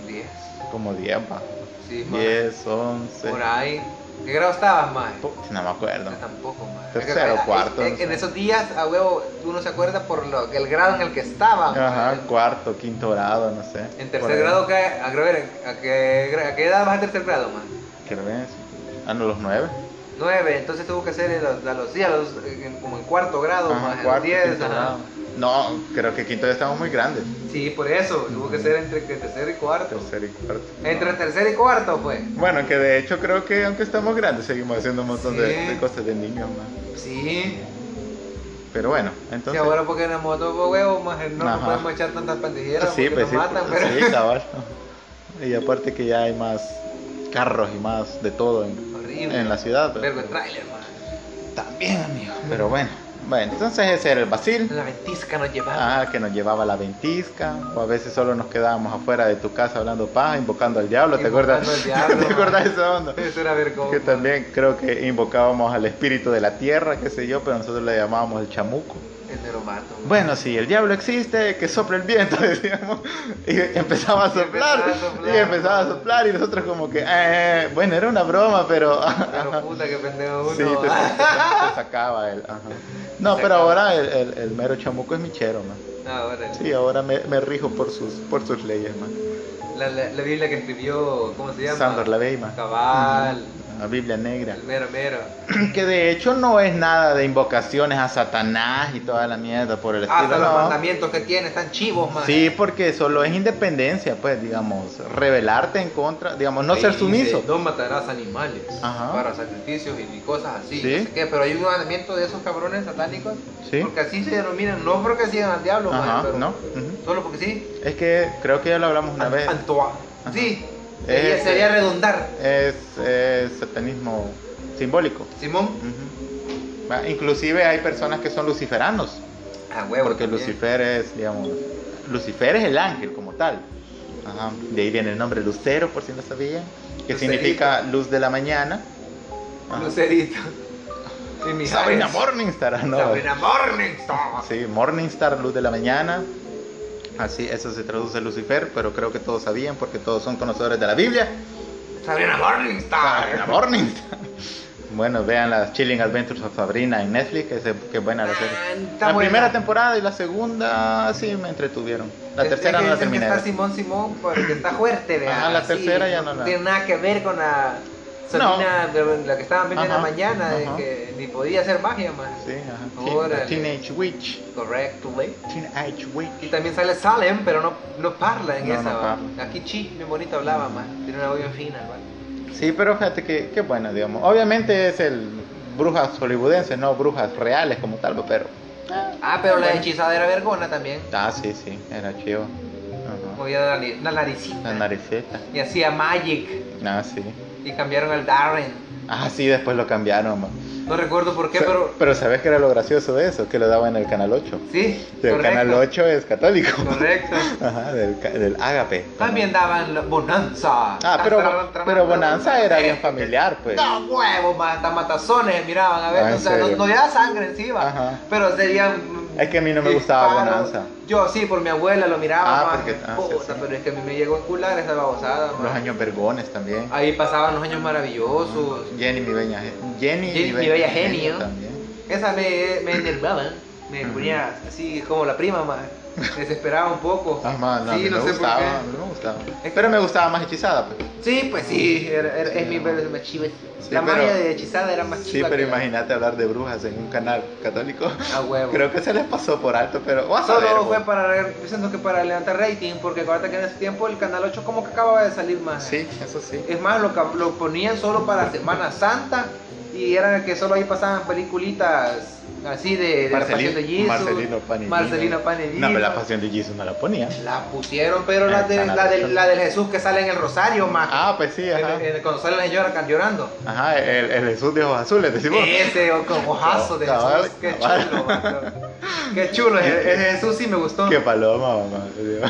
Speaker 4: Diez.
Speaker 1: como 10, pa.
Speaker 4: Sí, ma.
Speaker 1: 10, 11.
Speaker 4: Por ahí. ¿Qué grado estabas, mae?
Speaker 1: Puta, No me acuerdo.
Speaker 4: Yo tampoco, mae.
Speaker 1: Tercero,
Speaker 4: Es que-
Speaker 1: cuarto,
Speaker 4: En,
Speaker 1: no sé.
Speaker 4: en esos días, a huevo, uno se acuerda por lo, el grado en el que estaba.
Speaker 1: Ajá,
Speaker 4: mae.
Speaker 1: cuarto, quinto grado, no sé. Por
Speaker 4: En tercer
Speaker 1: ahí.
Speaker 4: grado, ¿qué- a, a, ver, ¿a qué, gra- a qué edad vas a tercer grado, man?
Speaker 1: Intervención. Ah, no, los nueve.
Speaker 4: 9, entonces tuvo que ser en los, a los, sí, a los- en- como en cuarto grado,
Speaker 1: Ajá,
Speaker 4: más en
Speaker 1: cuarto,
Speaker 4: diez,
Speaker 1: quinto
Speaker 4: ajá.
Speaker 1: grado. No, creo que quinto ya estamos muy grandes.
Speaker 4: Sí, por eso, tuvo que ser entre que tercero y cuarto.
Speaker 1: Tercero y cuarto.
Speaker 4: Entre tercero y cuarto, pues.
Speaker 1: Bueno, que de hecho creo que aunque estamos grandes seguimos haciendo un montón de,
Speaker 4: Sí.
Speaker 1: de cosas de niños más.
Speaker 4: Sí.
Speaker 1: Pero bueno,
Speaker 4: Y
Speaker 1: entonces.
Speaker 4: ahora porque éramos moto huevos, más no nos
Speaker 1: Ajá.
Speaker 4: podemos echar tantas pandilleras
Speaker 1: sí,
Speaker 4: porque
Speaker 1: pues
Speaker 4: nos
Speaker 1: sí,
Speaker 4: matan,
Speaker 1: pues,
Speaker 4: pero...
Speaker 1: sí, cabal. Y aparte que ya hay más carros y más de todo en,
Speaker 4: Horrible.
Speaker 1: en la ciudad. pero-
Speaker 4: Vergo en trailer, man.
Speaker 1: También, amigo. Pero bueno, bueno, entonces ese era el Basil.
Speaker 4: La ventisca nos llevaba.
Speaker 1: Ah, que nos llevaba la ventisca, o a veces solo nos quedábamos afuera de tu casa hablando paja, invocando al diablo, ¿te
Speaker 4: Invocando
Speaker 1: acuerdas?
Speaker 4: al diablo.
Speaker 1: ¿Te acuerdas de esa onda?
Speaker 4: Eso era vergo.
Speaker 1: Que también creo que invocábamos al espíritu de la tierra, qué sé yo, pero nosotros le llamábamos el chamuco.
Speaker 4: El de los mato.
Speaker 1: Bueno, si el diablo existe, que sople el viento, decíamos. Y empezaba a
Speaker 4: Y empezaba
Speaker 1: soplar.
Speaker 4: a soplar.
Speaker 1: Y empezaba a soplar. Y nosotros, como que, eh, bueno, era una broma, pero.
Speaker 4: Pero puta que pendejo uno.
Speaker 1: Sí, te, te- te sacaba él. ajá. No,
Speaker 4: Te
Speaker 1: pero
Speaker 4: sacaba.
Speaker 1: ahora el, el- el mero chamuco es michero, man.
Speaker 4: Ah, órale.
Speaker 1: Sí, ahora me, me rijo por sus, por sus leyes, man.
Speaker 4: La, la, la Biblia que escribió, ¿cómo se llama?
Speaker 1: Sandor Lavey, man. Mm,
Speaker 4: Cabal.
Speaker 1: La Biblia negra.
Speaker 4: El mero mero.
Speaker 1: Que de hecho no es nada de invocaciones a Satanás y toda la mierda por el estilo.
Speaker 4: Ah, Hasta los
Speaker 1: no.
Speaker 4: mandamientos que tiene están chivos, man.
Speaker 1: Sí, porque solo es independencia, pues, digamos, rebelarte en contra, digamos, no
Speaker 4: Ahí
Speaker 1: ser
Speaker 4: dice,
Speaker 1: sumiso.
Speaker 4: No matarás animales
Speaker 1: Ajá.
Speaker 4: para sacrificios y cosas así.
Speaker 1: Sí.
Speaker 4: no sé qué, pero hay un mandamiento de esos cabrones satánicos.
Speaker 1: Sí.
Speaker 4: Porque así se denominan, no porque sigan al diablo, man,
Speaker 1: Ajá,
Speaker 4: pero
Speaker 1: ¿no? Ujú.
Speaker 4: Solo porque sí.
Speaker 1: Es que creo que ya lo hablamos una
Speaker 4: An-
Speaker 1: vez.
Speaker 4: Antoa. Sí.
Speaker 1: Eh,
Speaker 4: Sería, sería redundar.
Speaker 1: Es, es satanismo simbólico.
Speaker 4: Simón.
Speaker 1: Ujú. Va, Inclusive hay personas que son luciferanos,
Speaker 4: Ah, huevo.
Speaker 1: porque
Speaker 4: también.
Speaker 1: Lucifer es, digamos, Lucifer es el ángel como tal. Ajá. De ahí viene el nombre Lucero, por si no sabían, que
Speaker 4: Lucerito.
Speaker 1: significa luz de la mañana. Ajá.
Speaker 4: Lucerito. Y mi
Speaker 1: Sabrina
Speaker 4: Javes.
Speaker 1: Morningstar, ¿no?
Speaker 4: Sabrina Morningstar.
Speaker 1: Pues, Sí, Morningstar, luz de la mañana. Así, eso se traduce Lucifer, pero creo que todos sabían porque todos son conocedores de la Biblia.
Speaker 4: Sabrina
Speaker 1: Sabrina
Speaker 4: Morningstar.
Speaker 1: Morningstar. Bueno, vean las Chilling Adventures of Sabrina en Netflix, que, se- que buena la serie.
Speaker 4: Ah, está
Speaker 1: La
Speaker 4: buena.
Speaker 1: primera temporada y la segunda sí me entretuvieron. La
Speaker 4: Es-
Speaker 1: tercera
Speaker 4: es Este, que
Speaker 1: no la
Speaker 4: dicen que
Speaker 1: terminé. de
Speaker 4: Está
Speaker 1: ver.
Speaker 4: Simón Simón porque está fuerte, vean.
Speaker 1: Ajá, la tercera ya no la-
Speaker 4: tiene nada que ver con la Sabrina, de la que estaban viendo en la
Speaker 1: Ajá,
Speaker 4: mañana, de
Speaker 1: ajá.
Speaker 4: que ni podía hacer magia más.
Speaker 1: Sí, ajá.
Speaker 4: Órale.
Speaker 1: Teen- Teenage Witch.
Speaker 4: Correcto, güey.
Speaker 1: Teenage
Speaker 4: Y
Speaker 1: Witch.
Speaker 4: también sale Salem, pero no, no parla en
Speaker 1: No,
Speaker 4: esa.
Speaker 1: no
Speaker 4: va.
Speaker 1: parla.
Speaker 4: Aquí Chi, bien bonito hablaba más. Tiene una voz bien fina, ¿va?
Speaker 1: Sí, pero fíjate que, que buena, digamos. Obviamente es el brujas hollywoodenses, no brujas reales como tal, pero.
Speaker 4: Ah, pero la
Speaker 1: Bueno.
Speaker 4: hechizadera vergona también.
Speaker 1: Ah, sí, sí, era chido. Ajá.
Speaker 4: Movía la, nariz- la naricita.
Speaker 1: La nariceta.
Speaker 4: Y hacía Magic.
Speaker 1: Ah, sí.
Speaker 4: Y cambiaron al Darren.
Speaker 1: Ah, sí, después lo cambiaron. man.
Speaker 4: No recuerdo por qué,
Speaker 1: Sa-
Speaker 4: pero.
Speaker 1: ¿sabes qué era lo gracioso de eso? Que lo daban en el Canal 8.
Speaker 4: Sí.
Speaker 1: Y El Canal 8 es católico.
Speaker 4: Correcto.
Speaker 1: Ajá, del, ca- del Ágape.
Speaker 4: También daban la Bonanza.
Speaker 1: Ah, pero, pero Bonanza era bien familiar, pues.
Speaker 4: No, huevos, más hasta matazones miraban, a ver,
Speaker 1: Ah, ¿en
Speaker 4: o sea, no,
Speaker 1: serio?
Speaker 4: no llevaba sangre encima,
Speaker 1: Ajá.
Speaker 4: pero serían...
Speaker 1: Es que a mí no me gustaba Bonanza.
Speaker 4: Yo sí, por mi abuela lo miraba,
Speaker 1: Ah,
Speaker 4: más,
Speaker 1: porque- ah, sí,
Speaker 4: puta,
Speaker 1: sí.
Speaker 4: pero es que a mí me llegó a cular esa babosada, más.
Speaker 1: Los años vergones también.
Speaker 4: Ahí pasaban los años maravillosos,
Speaker 1: Jenny, mi bella, gen- Jenny,
Speaker 4: Jenny, mi bella genio.
Speaker 1: También.
Speaker 4: esa me, me enervaba, me ponía así como la prima, más, desesperaba un poco.
Speaker 1: Ah, man, no, a mí
Speaker 4: sí, no
Speaker 1: me
Speaker 4: sé
Speaker 1: gustaba,
Speaker 4: por
Speaker 1: a
Speaker 4: qué.
Speaker 1: mí me gustaba.
Speaker 4: que-
Speaker 1: Pero me gustaba más hechizada, pues.
Speaker 4: Sí, pues sí, era- era- es mi es más chiva. la
Speaker 1: pero-
Speaker 4: magia de hechizada era más
Speaker 1: Sí,
Speaker 4: chiva.
Speaker 1: pero
Speaker 4: que la-
Speaker 1: imagínate hablar de brujas en un canal católico.
Speaker 4: A huevo.
Speaker 1: Creo que se les pasó por alto, pero. vas a
Speaker 4: Solo
Speaker 1: ver, pues.
Speaker 4: fue
Speaker 1: vos.
Speaker 4: para, pensando que para levantar rating, porque acuérdate que en ese tiempo el Canal 8 como que acababa de salir más.
Speaker 1: Sí, eso sí.
Speaker 4: Es más, lo, ca- lo ponían solo para Semana Santa y era que solo ahí pasaban peliculitas así de, de la Pasión de Jesus.
Speaker 1: Marcelino Panellino.
Speaker 4: Marcelino Panellino.
Speaker 1: No, pero la pasión de Jesus no la ponía.
Speaker 4: La pusieron, pero
Speaker 1: En
Speaker 4: la,
Speaker 1: el
Speaker 4: de,
Speaker 1: Canal
Speaker 4: la, del-
Speaker 1: 8.
Speaker 4: la del Jesús que sale en el Rosario, más.
Speaker 1: Ah, pues sí, ajá.
Speaker 4: cuando sale la señora can- llorando.
Speaker 1: Ajá, el, el Jesús de ojos azules, decimos.
Speaker 4: Ese o- con ojazo de
Speaker 1: Cabal,
Speaker 4: Jesús. Qué
Speaker 1: cabal.
Speaker 4: chulo, man. Qué chulo. e- e- Jesús sí me gustó.
Speaker 1: Qué paloma, mamá. digo.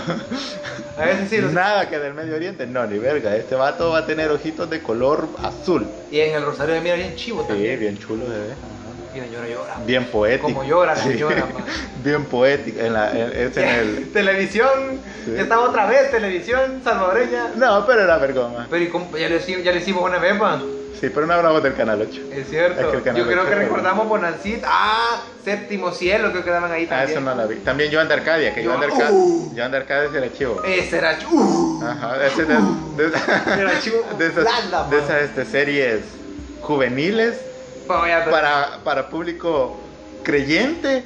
Speaker 4: A veces sí. los-
Speaker 1: Nada que del Medio Oriente, no, ni verga. Este vato va a tener ojitos de color azul.
Speaker 4: Y en el Rosario de Mira bien chivo
Speaker 1: Sí,
Speaker 4: también.
Speaker 1: bien chulo de ver. ajá.
Speaker 4: Y la señora llora.
Speaker 1: Bien poético.
Speaker 4: Como llora la
Speaker 1: Sí,
Speaker 4: señora, man.
Speaker 1: Bien poético. En la, en- es en el...
Speaker 4: televisión.
Speaker 1: Sí.
Speaker 4: Estaba otra vez televisión salvadoreña.
Speaker 1: No, pero era vergón, man.
Speaker 4: Pero ¿y cómo? ya lo hicimos, ya lo hicimos una vez, man.
Speaker 1: Sí, pero no hablamos del canal 8.
Speaker 4: Es
Speaker 1: Es
Speaker 4: cierto.
Speaker 1: que el canal
Speaker 4: Yo creo que
Speaker 1: ocho-
Speaker 4: recordamos Bonancita. Ah, Séptimo Cielo, creo que daban ahí
Speaker 1: Ah,
Speaker 4: también.
Speaker 1: eso no la vi. También Joan de Arcadia, que Joan de
Speaker 4: Joan-
Speaker 1: Arcadia,
Speaker 4: ¡Uh! Eh,
Speaker 1: Joan de Arcadia es el archivo.
Speaker 4: Ese era chu- uh,
Speaker 1: Ajá, ese de, de-
Speaker 4: Era archivo
Speaker 1: de esas,
Speaker 4: ¡uh! blanda,
Speaker 1: de
Speaker 4: man.
Speaker 1: esas, este, series juveniles
Speaker 4: pa- vaya,
Speaker 1: para, para público creyente,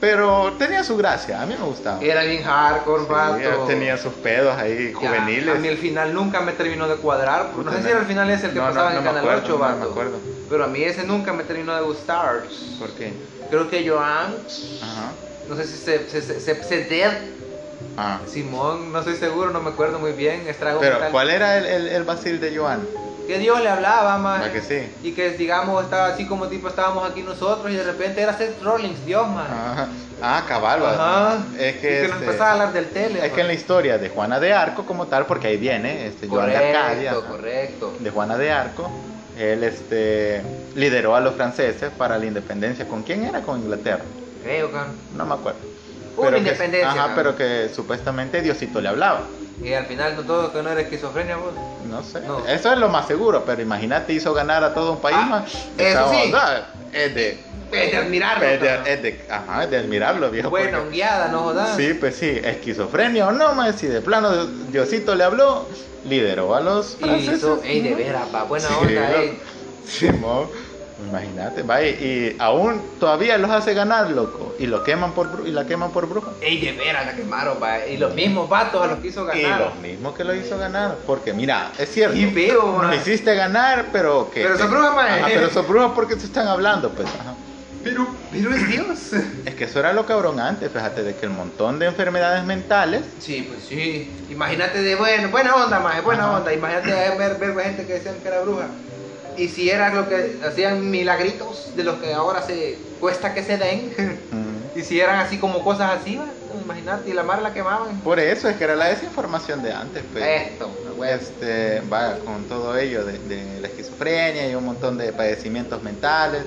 Speaker 1: pero tenía su gracia, a mí me gustaba.
Speaker 4: Era bien hardcore,
Speaker 1: Sí,
Speaker 4: rato.
Speaker 1: tenía sus pedos ahí
Speaker 4: Ya,
Speaker 1: juveniles.
Speaker 4: A mí el final nunca me terminó de cuadrar. No sé
Speaker 1: Puta,
Speaker 4: si era el final ese el que
Speaker 1: no, no,
Speaker 4: pasaba
Speaker 1: no
Speaker 4: en
Speaker 1: me
Speaker 4: Canal
Speaker 1: acuerdo,
Speaker 4: 8,
Speaker 1: no me
Speaker 4: vato.
Speaker 1: acuerdo.
Speaker 4: Pero a mí ese nunca me terminó de gustar.
Speaker 1: ¿Por qué?
Speaker 4: Creo que Joan,
Speaker 1: Ajá.
Speaker 4: no sé si se, se, se, se- se- dead.
Speaker 1: Ah.
Speaker 4: Simón, no estoy seguro, no me acuerdo muy bien. Estrago
Speaker 1: Pero,
Speaker 4: mental.
Speaker 1: ¿cuál era el, el, el vacil de Joan?
Speaker 4: Que Dios le hablaba, man.
Speaker 1: ¿Para que sí?
Speaker 4: Y que digamos estaba así como tipo estábamos aquí nosotros y de repente era Seth Rollins, Dios man.
Speaker 1: Ajá. Ah, cabal, va.
Speaker 4: Ajá.
Speaker 1: Es
Speaker 4: Y
Speaker 1: que,
Speaker 4: que nos
Speaker 1: este,
Speaker 4: empezaba a hablar del tele.
Speaker 1: es que en la historia de Juana de Arco como tal, porque ahí viene este, Joan de Arcadia,
Speaker 4: Correcto,
Speaker 1: ajá,
Speaker 4: correcto.
Speaker 1: de Juana de Arco, él este, lideró a los franceses para la independencia. ¿Con quién era? Con Inglaterra.
Speaker 4: Creo, cabrón.
Speaker 1: No me acuerdo.
Speaker 4: Una
Speaker 1: que-
Speaker 4: independencia,
Speaker 1: ajá,
Speaker 4: cabrón.
Speaker 1: pero que supuestamente Diosito le hablaba.
Speaker 4: Y al final no todo que no era esquizofrenia, pues. vos.
Speaker 1: No sé.
Speaker 4: No.
Speaker 1: Eso es lo más seguro, pero imagínate, hizo ganar a todo un país
Speaker 4: Ah,
Speaker 1: más.
Speaker 4: eso
Speaker 1: Esa
Speaker 4: sí.
Speaker 1: onda ah, Es de.
Speaker 4: Es de admirarlo,
Speaker 1: Es de,
Speaker 4: cabrón.
Speaker 1: es de- ajá, es de admirarlo, viejo.
Speaker 4: Bueno,
Speaker 1: porque-
Speaker 4: guiada, no jodas.
Speaker 1: Sí, pues sí, esquizofrenia o no, más si de plano Diosito le habló, lideró a los
Speaker 4: Y hizo,
Speaker 1: franceses.
Speaker 4: ey, de
Speaker 1: ¿no?
Speaker 4: veras, pa, buena
Speaker 1: Sí,
Speaker 4: onda,
Speaker 1: ¿no?
Speaker 4: ey.
Speaker 1: Sí, mo, imagínate, va, y, y aún todavía los hace ganar, loco, y lo queman por bru- y la queman por bruja.
Speaker 4: Ey, de veras, la quemaron, pa. Y los mismos vatos a los que hizo
Speaker 1: Y
Speaker 4: ganar.
Speaker 1: los mismos que lo hizo ganar, porque mira, es cierto.
Speaker 4: Y veo,
Speaker 1: Nos
Speaker 4: ma.
Speaker 1: hiciste ganar, pero que.
Speaker 4: Pero son brujas, ma.
Speaker 1: Ajá, pero son brujas porque se están hablando, pues. ajá.
Speaker 4: Pero, pero es Dios.
Speaker 1: Es que eso era lo cabrón antes, fíjate, de que el montón de enfermedades mentales.
Speaker 4: Sí, pues sí. Imagínate de bueno, buena onda, más, buena
Speaker 1: Ajá.
Speaker 4: onda. Imagínate a ver, ver gente que decían que era bruja. Y si era lo que hacían milagritos de los que ahora se cuesta que se den.
Speaker 1: mm,
Speaker 4: y si eran así como cosas así, va, imagínate, y la mar la quemaban.
Speaker 1: Por eso es que era la desinformación de antes, pues.
Speaker 4: Esto,
Speaker 1: Este, va, con todo ello de, de la esquizofrenia y un montón de padecimientos mentales.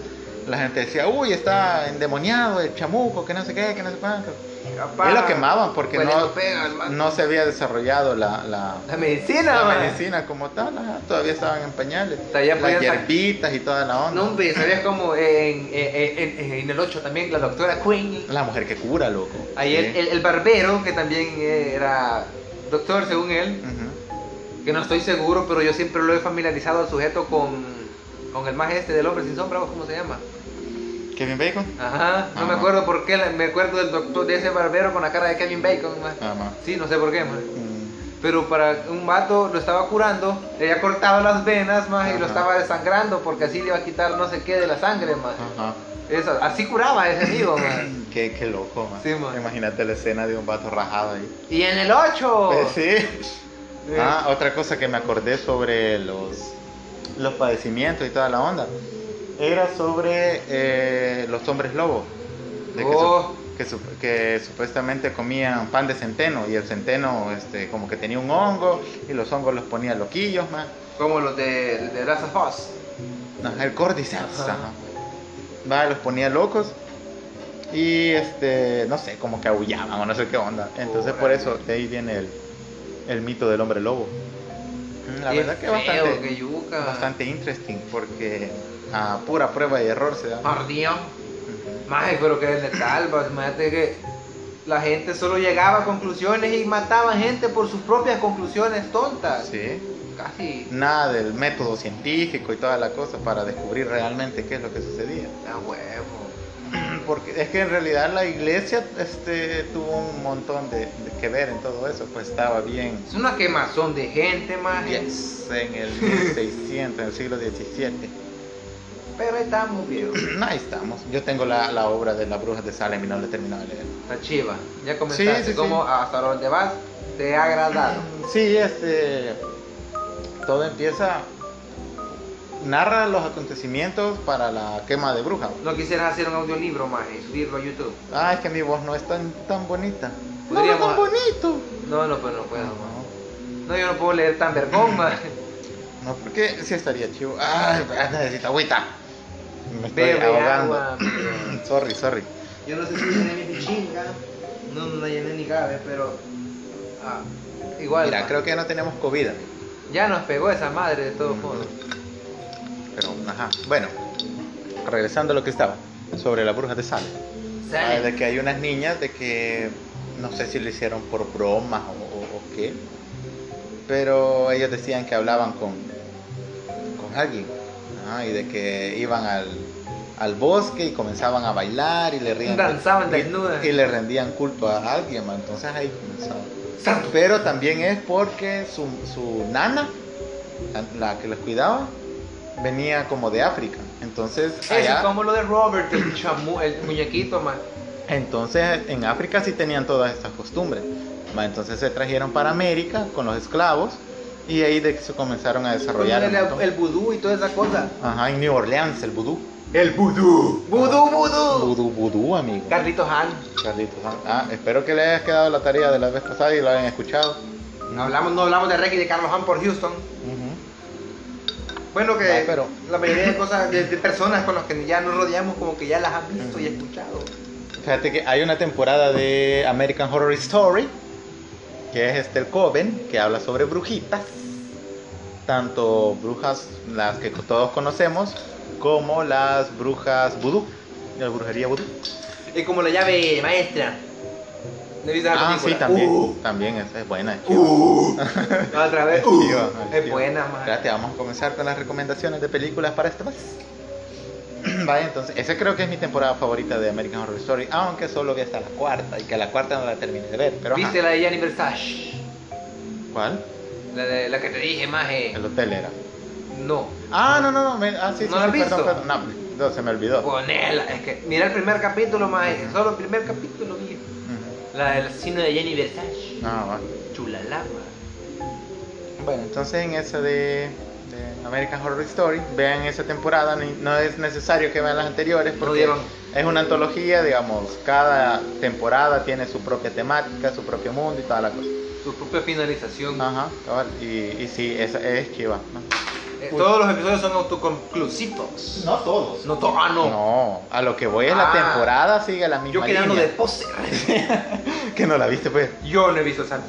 Speaker 1: La gente decía, uy, está
Speaker 4: Mm.
Speaker 1: endemoniado el chamuco, que no sé qué, que no sé cuánto.
Speaker 4: capaz.
Speaker 1: Y lo quemaban porque
Speaker 4: Pues,
Speaker 1: no,
Speaker 4: le pegan, hermano.
Speaker 1: no se había desarrollado la, la,
Speaker 4: La medicina,
Speaker 1: la
Speaker 4: va.
Speaker 1: medicina como tal, ajá, todavía estaban en pañales.
Speaker 4: Ah, Todavía
Speaker 1: Las
Speaker 4: podían sac-
Speaker 1: hierbitas y toda la onda.
Speaker 4: No, hombre, sabías como en, en- en- en el 8 también la doctora Queen.
Speaker 1: La mujer que cura, loco.
Speaker 4: Ahí el,
Speaker 1: Sí.
Speaker 4: el- el barbero, que también era doctor según él.
Speaker 1: Ujú.
Speaker 4: que no estoy seguro, pero yo siempre lo he familiarizado al sujeto con, con el más este del hombre sin sombra, ¿o ¿cómo se llama?
Speaker 1: Kevin Bacon.
Speaker 4: Ajá, no me
Speaker 1: Ajá.
Speaker 4: acuerdo por qué, la- me acuerdo del doctor, de ese barbero con la cara de Kevin Bacon, ma.
Speaker 1: Nada más.
Speaker 4: sí, no sé por qué, ma.
Speaker 1: Mm,
Speaker 4: pero para un vato lo estaba curando, le había cortado las venas, más y
Speaker 1: Ajá.
Speaker 4: lo estaba desangrando porque así le iba a quitar no sé qué de la sangre, más.
Speaker 1: Ajá.
Speaker 4: así curaba ese amigo, ma.
Speaker 1: Qué, qué loco, man.
Speaker 4: Mm. Sí, man.
Speaker 1: Imagínate la escena de un vato rajado ahí.
Speaker 4: Y en el eh, 8,
Speaker 1: Pues sí. Ah, otra cosa que me acordé sobre los, los padecimientos y toda la onda. Era sobre eh, los hombres lobos. De que su-
Speaker 4: Oh.
Speaker 1: que, su- que supuestamente comían pan de centeno y el centeno este, como que tenía un hongo y los hongos los ponía loquillos, man.
Speaker 4: como los de, de Last of Us.
Speaker 1: Ajá, el cordyceps.
Speaker 4: Ajá.
Speaker 1: ajá. Va, los ponía locos. Y este, no sé, como que aullaban o no sé qué onda. Entonces por
Speaker 4: Órale.
Speaker 1: eso de ahí viene el, el mito del hombre lobo. Mm, La
Speaker 4: Qué
Speaker 1: verdad que
Speaker 4: feo,
Speaker 1: bastante,
Speaker 4: qué yuca.
Speaker 1: bastante interesting porque a pura prueba y error se da.
Speaker 4: Por Dios. Maje, pero que de calvas, imagínate que la gente solo llegaba a conclusiones y mataba gente por sus propias conclusiones tontas.
Speaker 1: Sí.
Speaker 4: Casi.
Speaker 1: Nada del método científico y toda la cosa para descubrir realmente qué es lo que sucedía.
Speaker 4: A huevo.
Speaker 1: Porque es que en realidad la iglesia este, tuvo un montón de, de que ver en todo eso, pues estaba bien.
Speaker 4: Es una quemazón de gente, maje.
Speaker 1: Yes, en el 1600, en el siglo XVII.
Speaker 4: Pero ahí estamos, viejo.
Speaker 1: Ahí estamos. Yo tengo la, la obra de las brujas de Salem y no la he terminado de leer.
Speaker 4: Está chiva. Ya comentaste
Speaker 1: Sí, sí, sí.
Speaker 4: cómo hasta donde vas te ha agradado.
Speaker 1: Sí, este. Todo empieza. Narra los acontecimientos para la quema de brujas.
Speaker 4: No quisieras hacer un audiolibro, maje, y subirlo a YouTube.
Speaker 1: Ah, es que mi voz no es tan, tan bonita.
Speaker 4: Podríamos-
Speaker 1: No, no es tan bonito.
Speaker 4: No, no, pero no puedo. maje.
Speaker 1: No,
Speaker 4: No, yo no puedo leer tan vergón, maje.
Speaker 1: no, porque sí estaría chivo. Ay, necesito agüita. Me estoy
Speaker 4: Bebe
Speaker 1: ahogando.
Speaker 4: agua. amigo.
Speaker 1: Sorry, sorry.
Speaker 4: Yo no sé si llené mi pichinga. No, no la llené ni cabe, pero. Ah, igual.
Speaker 1: Mira,
Speaker 4: pa.
Speaker 1: creo que ya no tenemos COVID. amigo.
Speaker 4: Ya nos pegó esa madre de todos modos.
Speaker 1: Pero, ajá. Bueno, regresando a lo que estaba, sobre las brujas de Salem. Ah, de que hay unas niñas de que no sé si lo hicieron por bromas o, o- o qué, pero ellos decían que hablaban con, con alguien ah, y de que iban al, al bosque y comenzaban a bailar y le rendían,
Speaker 4: Danzaban desnudas.
Speaker 1: y, y le rendían culto a alguien, ma, entonces ahí comenzaban.
Speaker 4: Santo.
Speaker 1: Pero también es porque su, su nana, la, la que los cuidaba, venía como de África, entonces
Speaker 4: Eso
Speaker 1: allá-
Speaker 4: es como lo de Robert, el, chamu, el muñequito, man.
Speaker 1: entonces en África sí tenían todas estas costumbres. Ma, Entonces se trajeron para América con los esclavos y ahí de que se comenzaron a desarrollar.
Speaker 4: el,
Speaker 1: un montón.
Speaker 4: el vudú y toda esa cosa.
Speaker 1: Ajá, en New Orleans, el vudú.
Speaker 4: El vudú. Vudú, vudú.
Speaker 1: Vudú, vudú, amigo.
Speaker 4: Carlitos Han.
Speaker 1: Carlitos, ah, ah, espero que les haya quedado la tarea de la vez pasada y lo hayan escuchado.
Speaker 4: No hablamos, no hablamos de Reggie de Carlos Han por Houston.
Speaker 1: Ujú.
Speaker 4: Bueno, que
Speaker 1: No, pero-
Speaker 4: la mayoría de cosas, de, de personas con las que ya nos rodeamos, como que ya las han visto
Speaker 1: Mm.
Speaker 4: y escuchado.
Speaker 1: Fíjate que hay una temporada de American Horror Story, que es Esther Coven, que habla sobre brujitas, tanto brujas las que todos conocemos, como las brujas vudú, la brujería vudú.
Speaker 4: Es como la llave maestra. ¿No viste la
Speaker 1: Ah, sí,
Speaker 4: película?
Speaker 1: también,
Speaker 4: Uh,
Speaker 1: también es, es buena. es chiva.
Speaker 4: uh. Otra vez.
Speaker 1: Es
Speaker 4: uh.
Speaker 1: chiva,
Speaker 4: es
Speaker 1: chiva.
Speaker 4: buena, man.
Speaker 1: Espérate, vamos a comenzar con las recomendaciones de películas para este mes. Vaya, entonces, esa creo que es mi temporada favorita de American Horror Story, aunque solo vi hasta la cuarta y que la cuarta no la terminé de ver, pero ajá.
Speaker 4: ¿Viste la de Gianni Versace?
Speaker 1: ¿Cuál?
Speaker 4: La, de- la que te dije, maje.
Speaker 1: El hotel era.
Speaker 4: No.
Speaker 1: Ah, no, no, no, me- ah, sí,
Speaker 4: ¿No
Speaker 1: sí,
Speaker 4: la
Speaker 1: sí,
Speaker 4: has
Speaker 1: perdón,
Speaker 4: visto?
Speaker 1: perdón, no, no, se me olvidó.
Speaker 4: Ponela. Es que mira el primer capítulo, maje. Solo el primer capítulo, vi.
Speaker 1: Ujú.
Speaker 4: La del asesino de Gianni Versace.
Speaker 1: Mm, Ah, va.
Speaker 4: Chulalama.
Speaker 1: Bueno, entonces en esa de, de American Horror Story, vean esa temporada, ni- no es necesario que vean las anteriores
Speaker 4: No
Speaker 1: porque
Speaker 4: dieron.
Speaker 1: es una antología, digamos, cada temporada tiene su propia temática, su propio mundo y toda la cosa.
Speaker 4: Su propia finalización.
Speaker 1: Ajá, cabal, y, y sí, esa es chiva. ¿no?
Speaker 4: Eh, todos los episodios son autoconclusivos.
Speaker 1: No todos.
Speaker 4: No, to- ah, no.
Speaker 1: No, a lo que voy es la
Speaker 4: Ah.
Speaker 1: temporada sigue la misma
Speaker 4: Yo quedando de
Speaker 1: línea.
Speaker 4: poser.
Speaker 1: que no la viste pues.
Speaker 4: Yo no he visto esa.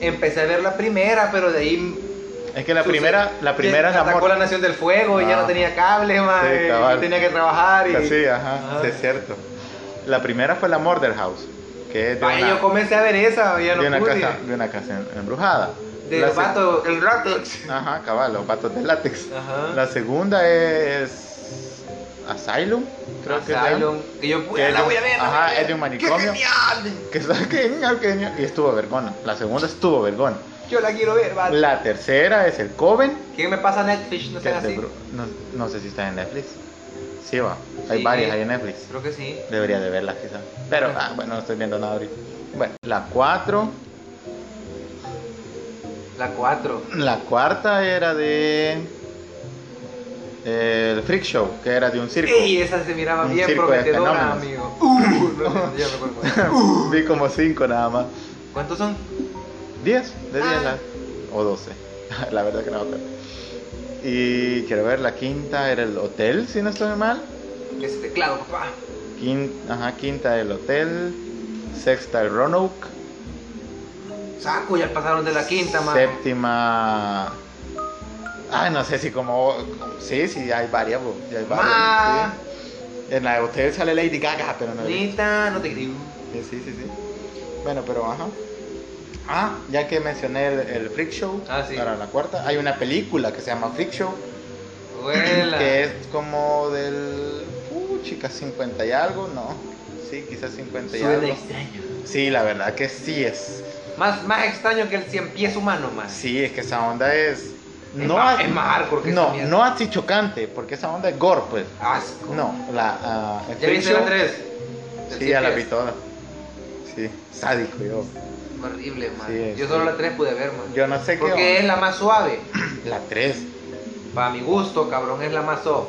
Speaker 4: Empecé a ver la primera, pero de ahí.
Speaker 1: Es que la
Speaker 4: sucede-
Speaker 1: primera, la primera es la
Speaker 4: atacó
Speaker 1: muerte.
Speaker 4: la Nación del Fuego y ya no
Speaker 1: Ah.
Speaker 4: tenía cable, man.
Speaker 1: Sí, cabal.
Speaker 4: y tenía que trabajar y. Ah.
Speaker 1: Sí, ajá,
Speaker 4: Ajá.
Speaker 1: sí, es cierto. La primera fue la Murder House, que es de
Speaker 4: Ay,
Speaker 1: una,
Speaker 4: yo comencé a ver esa, ya no
Speaker 1: de una
Speaker 4: pude.
Speaker 1: casa, de una casa en- embrujada.
Speaker 4: Del
Speaker 1: La se-
Speaker 4: vato, el Ratex.
Speaker 1: Ajá, cabal, los patos de látex.
Speaker 4: Ajá.
Speaker 1: La segunda es Asylum, creo que se llama.
Speaker 4: Asylum, que yo
Speaker 1: Que
Speaker 4: pude, la
Speaker 1: es
Speaker 4: voy
Speaker 1: de-
Speaker 4: a ver. la
Speaker 1: ajá,
Speaker 4: voy a ver.
Speaker 1: es de un manicomio.
Speaker 4: ¡Qué genial!
Speaker 1: Que está genial, que genial. Y estuvo vergona. La segunda estuvo vergona.
Speaker 4: Yo la quiero ver, vato.
Speaker 1: La tercera es el Coven.
Speaker 4: ¿Quién me pasa Netflix? No
Speaker 1: que
Speaker 4: seas
Speaker 1: es de
Speaker 4: así.
Speaker 1: bru- no, no sé si está en Netflix. Sí, va. Hay
Speaker 4: Sí.
Speaker 1: varias ahí en Netflix.
Speaker 4: Creo que sí.
Speaker 1: Debería de verlas quizás. Pero, ah, bueno, no estoy viendo nada ahorita. Bueno, la 4.
Speaker 4: La 4.
Speaker 1: La cuarta era de. eh, El Freak Show, que era de un circo.
Speaker 4: Ey, esa se miraba
Speaker 1: Un
Speaker 4: bien
Speaker 1: circo de
Speaker 4: prometedora,
Speaker 1: fenómenos.
Speaker 4: amigo. Uh, no, ya me acuerdo.
Speaker 1: Vi como 5 nada más.
Speaker 4: ¿Cuántos son?
Speaker 1: 10, de 10
Speaker 4: Ah.
Speaker 1: la- o 12. la verdad que no me acuerdo. Y quiero ver, la quinta era el hotel, si no estoy mal.
Speaker 4: Ese teclado, papá.
Speaker 1: Quin- ajá, quinta el hotel. Sexta el Roanoke.
Speaker 4: Saco, ya pasaron de la quinta, man.
Speaker 1: Séptima. Ah, no sé si como. Sí, sí, hay varias, bro, sí hay varias,
Speaker 4: Ma.
Speaker 1: sí. En la de hotel sale Lady Gaga, pero no. la he visto.
Speaker 4: Nita, no te creo.
Speaker 1: Sí, sí, sí, sí. Bueno, pero ajá. Ah, ya que mencioné el, el Freak Show
Speaker 4: Ah, sí.
Speaker 1: para la cuarta, hay una película que se llama Freak Show,
Speaker 4: Huela.
Speaker 1: que es como del. Uh, chicas, 50 y algo, ¿no? Sí, quizás 50 y
Speaker 4: Suena
Speaker 1: algo.
Speaker 4: extraño.
Speaker 1: Sí, la verdad que sí es.
Speaker 4: Más, más extraño que el cien pies humano, man.
Speaker 1: Sí, es que esa onda es.
Speaker 4: Es
Speaker 1: No
Speaker 4: más-
Speaker 1: a-
Speaker 4: es más hardcore que esa
Speaker 1: No,
Speaker 4: mierda.
Speaker 1: no así chocante, porque esa onda es gore, pues.
Speaker 4: Asco.
Speaker 1: No, la. ah, el
Speaker 4: ¿Ya
Speaker 1: freak
Speaker 4: viste la
Speaker 1: show,
Speaker 4: 3?
Speaker 1: Sí, ya la vi toda. Sí, sádico yo.
Speaker 4: Horrible, man.
Speaker 1: Sí, es-
Speaker 4: Yo solo la 3 pude ver, man.
Speaker 1: Yo no sé qué.
Speaker 4: Porque es
Speaker 1: onda.
Speaker 4: la más suave.
Speaker 1: La 3.
Speaker 4: Para mi gusto, cabrón, es la más soft.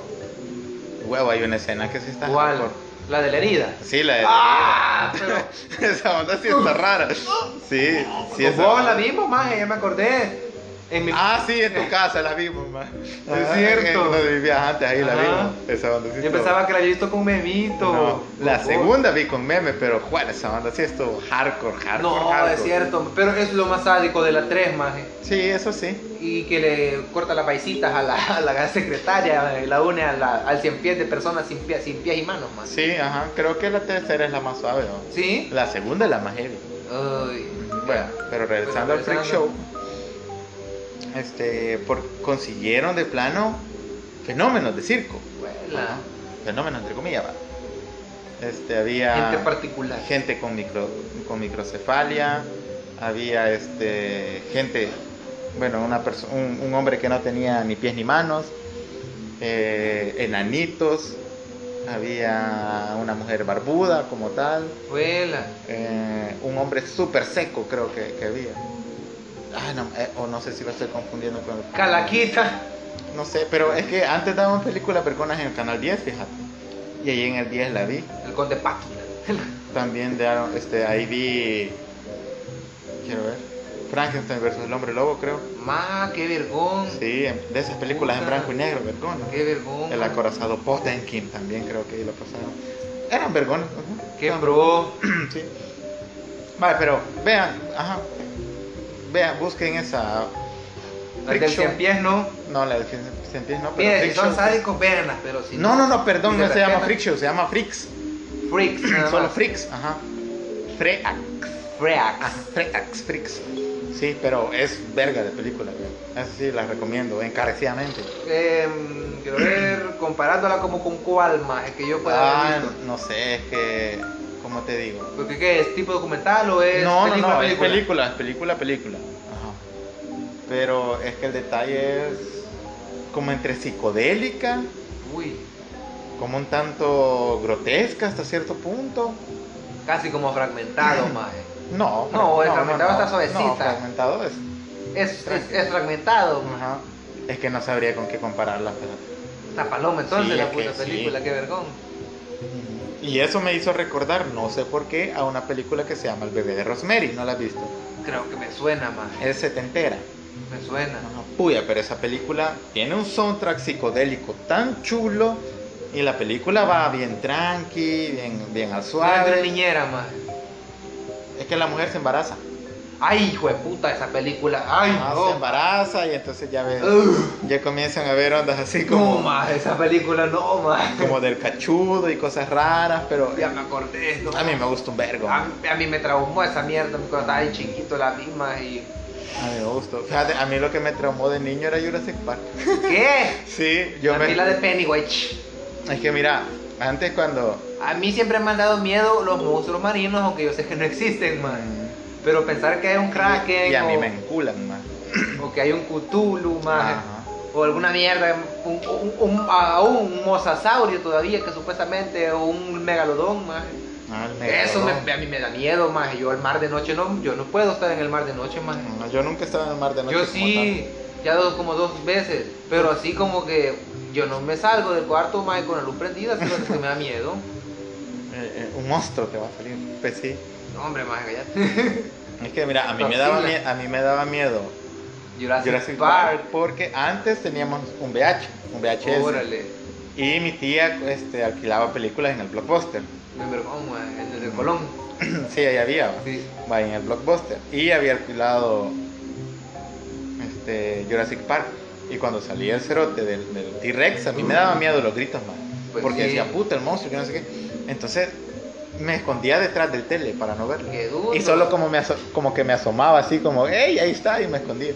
Speaker 1: Huevo, hay una escena que sí está.
Speaker 4: ¿Cuál?
Speaker 1: hardcore.
Speaker 4: La de la herida.
Speaker 1: Sí, la de.
Speaker 4: ¡Ah! Pero
Speaker 1: Esa onda sí está rara. Sí, sí
Speaker 4: con
Speaker 1: esa
Speaker 4: vos
Speaker 1: onda.
Speaker 4: la vimos, maje, ya me acordé. En mi...
Speaker 1: Ah, sí, en tu casa la vimos, man. Es
Speaker 4: cierto.
Speaker 1: Donde vivías antes, ahí la
Speaker 4: Ajá.
Speaker 1: vimos. Esa banda sí
Speaker 4: Yo
Speaker 1: estuvo-
Speaker 4: pensaba que la había visto con memito.
Speaker 1: No, la
Speaker 4: Con-
Speaker 1: segunda vi con meme, pero ¿cuál esa banda? Sí, estuvo hardcore, hardcore.
Speaker 4: No,
Speaker 1: hardcore.
Speaker 4: es cierto, pero es lo más sádico de la 3, maje.
Speaker 1: Sí, eso sí.
Speaker 4: Y que le corta las paisitas a la, a la secretaria, maje, la une a la- al cien pies de personas sin, pie- sin pies y manos, maje.
Speaker 1: Sí, ajá. Creo que la tercera es la más suave, ¿no?
Speaker 4: ¿Sí?
Speaker 1: La segunda es la más heavy.
Speaker 4: Ay,
Speaker 1: Bueno, pero regresando al Freak Show,
Speaker 4: regresando.
Speaker 1: este, por, consiguieron de plano fenómenos de circo.
Speaker 4: huela.
Speaker 1: Fenómenos, entre comillas, va. Este, había...
Speaker 4: Gente particular.
Speaker 1: gente con, micro, con microcefalia, había este, gente, bueno, una perso- un, un hombre que no tenía ni pies ni manos, eh, enanitos, había una mujer barbuda como tal,
Speaker 4: Huela.
Speaker 1: eh, un hombre súper seco creo que, que había. Ah, no, eh, o no sé si lo estoy confundiendo con...
Speaker 4: Calaquita.
Speaker 1: No sé, pero es que antes daban películas perconas en el Canal 10, fíjate. Y ahí en el 10 la vi.
Speaker 4: El conde Páquina.
Speaker 1: También de Aaron- este, ahí vi. Quiero ver. Frankenstein versus el hombre lobo, creo.
Speaker 4: Ma, qué vergón.
Speaker 1: Sí, en- de esas películas en
Speaker 4: Puta.
Speaker 1: blanco y negro, vergón.
Speaker 4: Qué vergón.
Speaker 1: El
Speaker 4: maje.
Speaker 1: acorazado Potemkin también creo que ahí lo pasaron. Eran vergones. ajá.
Speaker 4: Qué
Speaker 1: Eran-
Speaker 4: pro.
Speaker 1: sí. Vale, pero vean, ajá. Vean, busquen esa.
Speaker 4: La
Speaker 1: Freak
Speaker 4: del
Speaker 1: Show.
Speaker 4: cien pies, no.
Speaker 1: No, la del cien cien pies, no, pero.
Speaker 4: Mira, si
Speaker 1: Freak
Speaker 4: son
Speaker 1: Show.
Speaker 4: sádicos, véanlas, pero si
Speaker 1: No, no, no, perdón,
Speaker 4: si
Speaker 1: no se llama
Speaker 4: respetan-
Speaker 1: Freak Show, se llama Freaks.
Speaker 4: Freaks, nada
Speaker 1: Solo
Speaker 4: más.
Speaker 1: Freaks, ajá. Freak.
Speaker 4: Freaks.
Speaker 1: Ajá, Freaks, Freaks. Sí, pero es verga de película, güey. Eso sí, la recomiendo, encarecidamente.
Speaker 4: Em, quiero ver, comparándola como con cuál más, que yo pueda
Speaker 1: Ah,
Speaker 4: haber visto.
Speaker 1: no sé, es que. ¿Cómo te digo?
Speaker 4: Porque qué es tipo documental o es
Speaker 1: No, no,
Speaker 4: película,
Speaker 1: no,
Speaker 4: película?
Speaker 1: es película, es película, película. Ajá. Pero es que el detalle es como entre psicodélica,
Speaker 4: Uy,
Speaker 1: como un tanto grotesca hasta cierto punto.
Speaker 4: casi como fragmentado más.
Speaker 1: No,
Speaker 4: No, el fragmentado está
Speaker 1: No,
Speaker 4: suavecita.
Speaker 1: fragmentado es.
Speaker 4: Es, es, es fragmentado, ma.
Speaker 1: Ajá. Es que no sabría con qué compararla, pero.
Speaker 4: Está paloma entonces
Speaker 1: Sí,
Speaker 4: la
Speaker 1: es que
Speaker 4: puta
Speaker 1: sí.
Speaker 4: película, qué vergón.
Speaker 1: Y eso me hizo recordar, no sé por qué, a una película que se llama El bebé de Rosemary, ¿no la has visto?
Speaker 4: Creo que me suena más,
Speaker 1: Es setentera.
Speaker 4: me suena.
Speaker 1: Ajá, Puya, pero esa película tiene un soundtrack psicodélico tan chulo y la película va bien tranqui, bien, bien al
Speaker 4: No es de una
Speaker 1: suave.
Speaker 4: niñera más.
Speaker 1: Es que la mujer se embaraza.
Speaker 4: Ay, hijo de puta, esa película. Ay,
Speaker 1: Ajá,
Speaker 4: no.
Speaker 1: Ah, Se embaraza y entonces ya ves,
Speaker 4: Ah, oh. Ugh.
Speaker 1: ya comienzan a ver ondas así
Speaker 4: No,
Speaker 1: como,
Speaker 4: ma, esa película no, ma.
Speaker 1: como del cachudo y cosas raras, pero
Speaker 4: Ya me acordé, no.
Speaker 1: a mí me gusta un vergo.
Speaker 4: A, a mí me traumó esa mierda cuando estaba ahí chiquito la misma y...
Speaker 1: A mí me gustó. Fíjate, a mí lo que me traumó de niño era Jurassic Park.
Speaker 4: ¿Qué?
Speaker 1: Sí, yo
Speaker 4: la
Speaker 1: me.
Speaker 4: pila de Pennywise. ch.
Speaker 1: Es que mira, antes cuando.
Speaker 4: A mí siempre me han dado miedo los monstruos marinos, aunque yo sé que no existen, man. Pero pensar que hay un Kraken
Speaker 1: Y a
Speaker 4: o,
Speaker 1: mí me enculan más.
Speaker 4: o que hay un Cthulhu, man, o alguna mierda, un, un, un- aún un mosasaurio todavía que supuestamente, o un megalodón, man.
Speaker 1: Ah,
Speaker 4: Eso me- a mí me da miedo, man. Yo al mar de noche no, yo no puedo estar en el mar de noche, man.
Speaker 1: No, yo nunca estaba en el mar de noche.
Speaker 4: Yo
Speaker 1: como
Speaker 4: sí, ya dos, como dos veces, pero así como que yo no me salgo del cuarto mae, con la luz prendida, sino que me da miedo.
Speaker 1: tal. Eh, eh, un monstruo te va a salir. Pues sí.
Speaker 4: No, hombre, más cállate.
Speaker 1: Es que mira, a mí me daba,
Speaker 4: Godzilla.
Speaker 1: mie- a mí me daba miedo
Speaker 4: Jurassic,
Speaker 1: Jurassic Park
Speaker 4: Park.
Speaker 1: porque antes teníamos un VH, un VHS.
Speaker 4: Órale.
Speaker 1: Y mi tía este, alquilaba películas en el blockbuster.
Speaker 4: Me vergón, mae, el de Colón.
Speaker 1: sí, ahí había. va.
Speaker 4: Sí.
Speaker 1: Va, en el blockbuster. Y había alquilado este, Jurassic Park. Y cuando salía el cerote del, del T-Rex, a mí me daba miedo los gritos, man.
Speaker 4: Pues
Speaker 1: porque
Speaker 4: sí.
Speaker 1: decía, puta, el monstruo, que no sé qué. Entonces me escondía detrás del tele para no verlo.
Speaker 4: Qué duro.
Speaker 1: Y solo como, me aso- como que me asomaba así, como, hey, ahí está, y me escondía.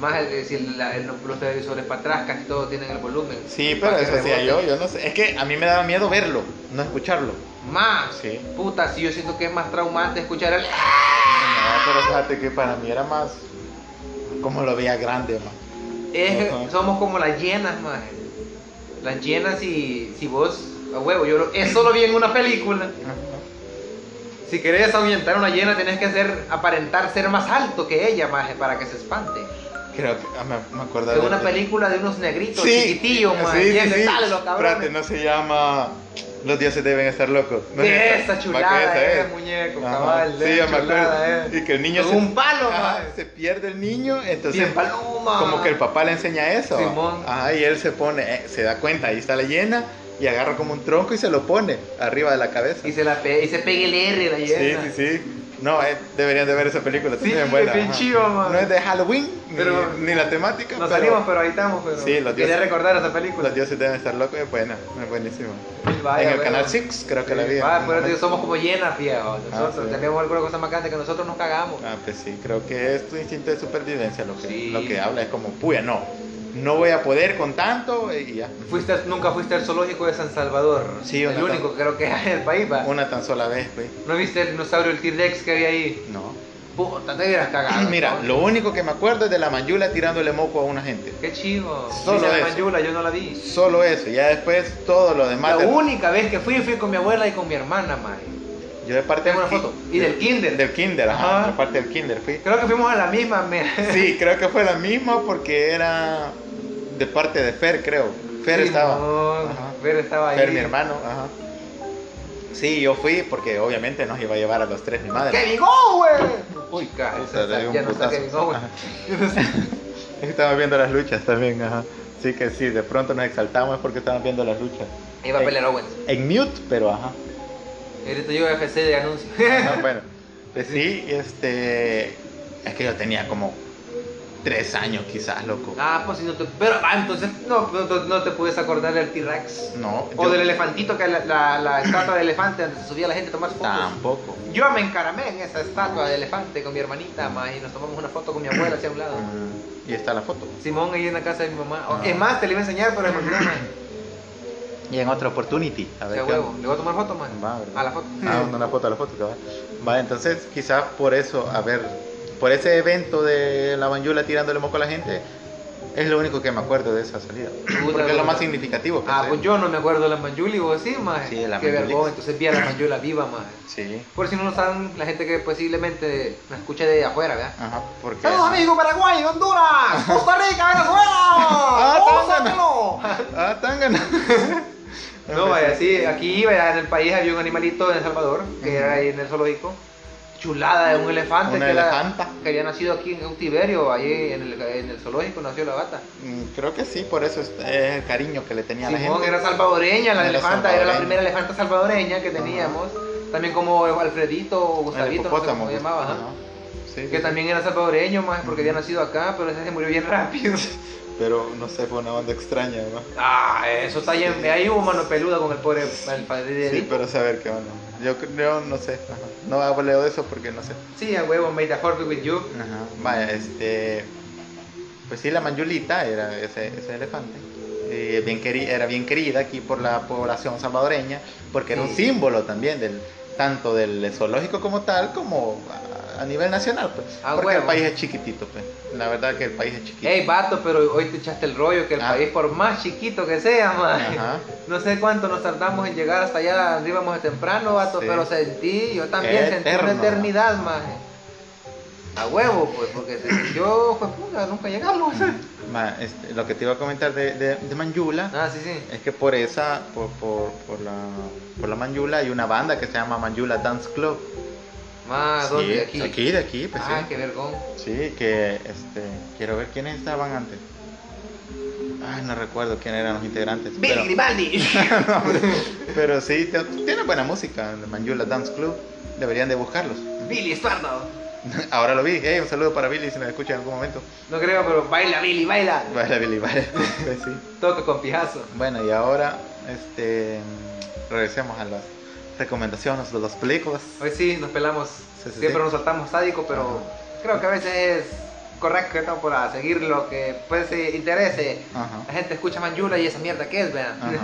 Speaker 4: Más el, el- si la- el- los televisores para atrás, casi todos tienen el volumen.
Speaker 1: Sí, pero
Speaker 4: Para que
Speaker 1: eso hacía
Speaker 4: rebote.
Speaker 1: yo, yo no sé. Es que a mí me daba miedo verlo, no escucharlo.
Speaker 4: Más.
Speaker 1: Sí.
Speaker 4: Puta, sí, yo siento que es más traumante escuchar el.
Speaker 1: No, pero fíjate que para mí era más como lo veía grande, man.
Speaker 4: Es-
Speaker 1: Ajá.
Speaker 4: somos como las llenas, más. Las llenas, si, si vos, a huevo, yo lo- eso lo vi en una película. Si querés ahuyentar una hiena, tenés que hacer, aparentar ser más alto que ella, maje, para que se espante.
Speaker 1: Creo que ah, me, me acuerdo
Speaker 4: Es una
Speaker 1: de-
Speaker 4: película de unos negritos
Speaker 1: Sí,
Speaker 4: chiquitillos, maje,
Speaker 1: sí,
Speaker 4: llenos
Speaker 1: sí,
Speaker 4: de
Speaker 1: sí.
Speaker 4: tal, los cabrones.
Speaker 1: Espérate, no se llama Los dioses deben estar locos. ¿no es
Speaker 4: esa chulada,
Speaker 1: Vaqueta,
Speaker 4: eh,
Speaker 1: ¿eh?
Speaker 4: muñeco,
Speaker 1: Ajá.
Speaker 4: cabal.
Speaker 1: Sí,
Speaker 4: eh,
Speaker 1: ya me
Speaker 4: chulada,
Speaker 1: acuerdo.
Speaker 4: eh.
Speaker 1: Y que el niño
Speaker 4: Con un palo,
Speaker 1: Ajá,
Speaker 4: mae.
Speaker 1: se pierde el niño, entonces
Speaker 4: Bien paloma.
Speaker 1: como que el papá le enseña eso.
Speaker 4: Simón.
Speaker 1: Ajá, y él se pone, eh, se da cuenta, ahí está la hiena y agarra como un tronco y se lo pone arriba de la cabeza.
Speaker 4: Y se, la pe- y se pega el R la
Speaker 1: Sí,
Speaker 4: hiena.
Speaker 1: sí, sí. No, eh, deberían de ver esa película. está
Speaker 4: Sí,
Speaker 1: bien buena,
Speaker 4: es bien
Speaker 1: ajá.
Speaker 4: chiva, man.
Speaker 1: No es de Halloween, ni-
Speaker 4: Pero-
Speaker 1: ni, la temática.
Speaker 4: Nos
Speaker 1: pero
Speaker 4: salimos, pero ahí estamos. Pero
Speaker 1: Sí, los
Speaker 4: quería
Speaker 1: dioses.
Speaker 4: recordar esa película.
Speaker 1: Los dioses deben estar locos, es buena, es buenísima.
Speaker 4: Vaya,
Speaker 1: en el
Speaker 4: vaya.
Speaker 1: canal 6 creo que la vi.
Speaker 4: Ah,
Speaker 1: en
Speaker 4: pero
Speaker 1: un
Speaker 4: tío,
Speaker 1: momento.
Speaker 4: somos como llenas, viejo. Nosotros
Speaker 1: sí.
Speaker 4: tenemos alguna cosa más grande que nosotros nos cagamos.
Speaker 1: Ah, pues sí, creo que es tu instinto de supervivencia lo que,
Speaker 4: Sí.
Speaker 1: lo que habla. Es como, puya, no, no voy a poder con tanto y ya.
Speaker 4: Fuiste, al- nunca fuiste al zoológico de San Salvador.
Speaker 1: Sí,
Speaker 4: el
Speaker 1: una-
Speaker 4: único que creo que hay en el país, va.
Speaker 1: Una tan sola vez, güey.
Speaker 4: ¿No viste el dinosaurio, el T-Rex que había ahí?
Speaker 1: No.
Speaker 4: Puta, te hubieras cagado.
Speaker 1: Ah, Mira,
Speaker 4: ¿no?
Speaker 1: lo único que me acuerdo es de la mayula tirándole moco a una gente.
Speaker 4: Qué chivo.
Speaker 1: Solo
Speaker 4: Solo la
Speaker 1: eso.
Speaker 4: mayula, yo no la vi.
Speaker 1: Solo eso, ya después todo lo demás. de-
Speaker 4: La única vez que fui, fui con mi abuela y con mi hermana, mae.
Speaker 1: Yo de parte
Speaker 4: Tengo
Speaker 1: del
Speaker 4: una
Speaker 1: ki-
Speaker 4: foto. Y del kinder.
Speaker 1: Del kinder, ajá.
Speaker 4: Ajá.
Speaker 1: De parte del kinder fui.
Speaker 4: Creo que fuimos a la misma, me...
Speaker 1: Sí, creo que fue la misma porque era de parte de Fer, creo. Fer
Speaker 4: Sí,
Speaker 1: estaba.
Speaker 4: no,
Speaker 1: Ajá.
Speaker 4: Fer estaba ahí.
Speaker 1: Fer, mi hermano, ajá. Sí, yo fui porque obviamente nos iba a llevar a los tres mi madre.
Speaker 4: ¡Kevin Owen! Uy, cabrón.
Speaker 1: Puta, le di un
Speaker 4: Ya no está
Speaker 1: putazo.
Speaker 4: Kevin Owen.
Speaker 1: Ajá. Estamos viendo las luchas también, ajá. Sí que sí, de pronto nos exaltamos porque estamos viendo las luchas.
Speaker 4: Iba a
Speaker 1: En-
Speaker 4: pelear Owens.
Speaker 1: En mute, pero ajá.
Speaker 4: Grito yo FC de anuncio.
Speaker 1: Ajá, bueno, pues sí, este. Es que yo tenía como tres años quizás, loco.
Speaker 4: ah, pues si no te. Pero, ah, entonces no, no, no- no te puedes acordar del T-Rex.
Speaker 1: No,
Speaker 4: O
Speaker 1: yo-
Speaker 4: del elefantito, que la, la, la estatua de elefante donde se subía la gente a tomar fotos.
Speaker 1: Tampoco.
Speaker 4: Yo me encaramé en esa estatua de elefante con mi hermanita, ma, y nos tomamos una foto con mi abuela hacia un lado.
Speaker 1: Mm, Y está la foto.
Speaker 4: Simón ahí en la casa de mi mamá. O-
Speaker 1: Ah.
Speaker 4: Es más, te la iba a enseñar, pero me olvidé, ma.
Speaker 1: Y en otra opportunity. A ver
Speaker 4: Qué
Speaker 1: qué
Speaker 4: huevo.
Speaker 1: onda.
Speaker 4: Le voy a tomar foto, ma.
Speaker 1: Va, ¿verdad?
Speaker 4: A la foto.
Speaker 1: Ah, no, la foto, la foto, cabal. Va, entonces quizás por eso, a ver, por ese evento de la banjula tirándole moco a la gente, es lo único que me acuerdo de esa salida. Porque es lo
Speaker 4: puta.
Speaker 1: más significativo. ¿eh?
Speaker 4: Ah,
Speaker 1: pensé.
Speaker 4: pues yo no me acuerdo de la Manjuli, vos sí, ma.
Speaker 1: Sí, la
Speaker 4: Qué
Speaker 1: Manjuli.
Speaker 4: vergüenza. Entonces vi a la Manjula viva, ma.
Speaker 1: Sí.
Speaker 4: Por si no lo saben, la gente que posiblemente nos escuche de afuera, ¿verdad?
Speaker 1: Ajá, porque...
Speaker 4: ¡Saludos amigos Paraguay, Honduras, Costa Rica, Venezuela!
Speaker 1: Ah,
Speaker 4: ¡Oh,
Speaker 1: tan, tan.
Speaker 4: sáquenlo!
Speaker 1: Ah, tan ganado.
Speaker 4: No, vaya, sí, aquí vaya, en el país había un animalito en El Salvador, que era ahí en el zoológico, chulada de un elefante
Speaker 1: Una
Speaker 4: que, era-
Speaker 1: elefanta.
Speaker 4: que había nacido aquí en cautiverio, ahí en el, en el zoológico nació la bata.
Speaker 1: Mm, Creo que sí, por eso es, es el cariño que le tenía a la
Speaker 4: Simón
Speaker 1: gente.
Speaker 4: era salvadoreña, la
Speaker 1: Era
Speaker 4: elefanta, era la
Speaker 1: salvadoreña.
Speaker 4: primera elefanta salvadoreña que teníamos, también como Alfredito o
Speaker 1: El
Speaker 4: Gustavito, no sé
Speaker 1: hipopótamo. pues.
Speaker 4: cómo se llamaba, ajá.
Speaker 1: ajá. Sí,
Speaker 4: que
Speaker 1: sí.
Speaker 4: también era salvadoreño, más porque había nacido acá, pero ese se murió bien rápido.
Speaker 1: Pero no sé, fue una onda extraña, ¿no?
Speaker 4: Ah, eso está bien. Ahí hubo mano peluda con el pobre el padre de
Speaker 1: Sí,
Speaker 4: Edith.
Speaker 1: pero saber qué onda. Yo creo, no sé. ajá. No hablo de eso porque no sé.
Speaker 4: Sí, a huevo, made a fork with you.
Speaker 1: Ajá. Vaya, este. Pues sí, la Manjulita era ese, ese elefante. Y bien queri- era bien querida aquí por la población salvadoreña porque era un
Speaker 4: Sí.
Speaker 1: símbolo también del tanto del zoológico como tal como a, a nivel nacional pues
Speaker 4: Ah,
Speaker 1: porque el
Speaker 4: huevo.
Speaker 1: país es chiquitito pues la verdad que el país es chiquito
Speaker 4: Ey, vato, pero hoy te echaste el rollo que el
Speaker 1: Ah.
Speaker 4: país, por más chiquito que sea, man.
Speaker 1: Ajá.
Speaker 4: No sé cuánto nos tardamos en llegar hasta allá, arribamos de temprano, vato,
Speaker 1: Sí.
Speaker 4: pero sentí, yo también sentí una
Speaker 1: Eterno.
Speaker 4: eternidad, man. A huevo, pues, porque se sintió, pues, puta, nunca llegamos.
Speaker 1: Ma, este, lo que te iba a comentar de, de, de Manjula
Speaker 4: Ah, sí, sí.
Speaker 1: Es que por esa, por, por, por la, por la Manjula, hay una banda que se llama Manjula Dance Club.
Speaker 4: Más, Ah, ¿dónde?
Speaker 1: Sí,
Speaker 4: aquí.
Speaker 1: de aquí, de aquí, pues
Speaker 4: ah,
Speaker 1: sí.
Speaker 4: qué vergón.
Speaker 1: Sí, que este, quiero ver quiénes estaban antes. Ay, no recuerdo quién eran los integrantes.
Speaker 4: Billy
Speaker 1: Pero,
Speaker 4: Grimaldi.
Speaker 1: pero sí, te- tiene buena música, el Manjula Dance Club. Deberían de buscarlos.
Speaker 4: Billy Estuardo.
Speaker 1: Ahora lo vi. Hey, un saludo para Billy si me escucha en algún momento.
Speaker 4: No creo, pero baila, Billy, baila.
Speaker 1: Vale, Billy, vale. Pues sí.
Speaker 4: Toca con pijazo.
Speaker 1: Bueno, y ahora este, regresemos a las recomendaciones de las películas.
Speaker 4: Hoy sí, nos pelamos.
Speaker 1: sí, sí.
Speaker 4: Siempre nos saltamos sádico, pero creo que a veces es correcto para seguir lo que pues se interese.
Speaker 1: Ajá.
Speaker 4: La gente escucha Manjula y esa mierda que es, vean.
Speaker 1: Ajá.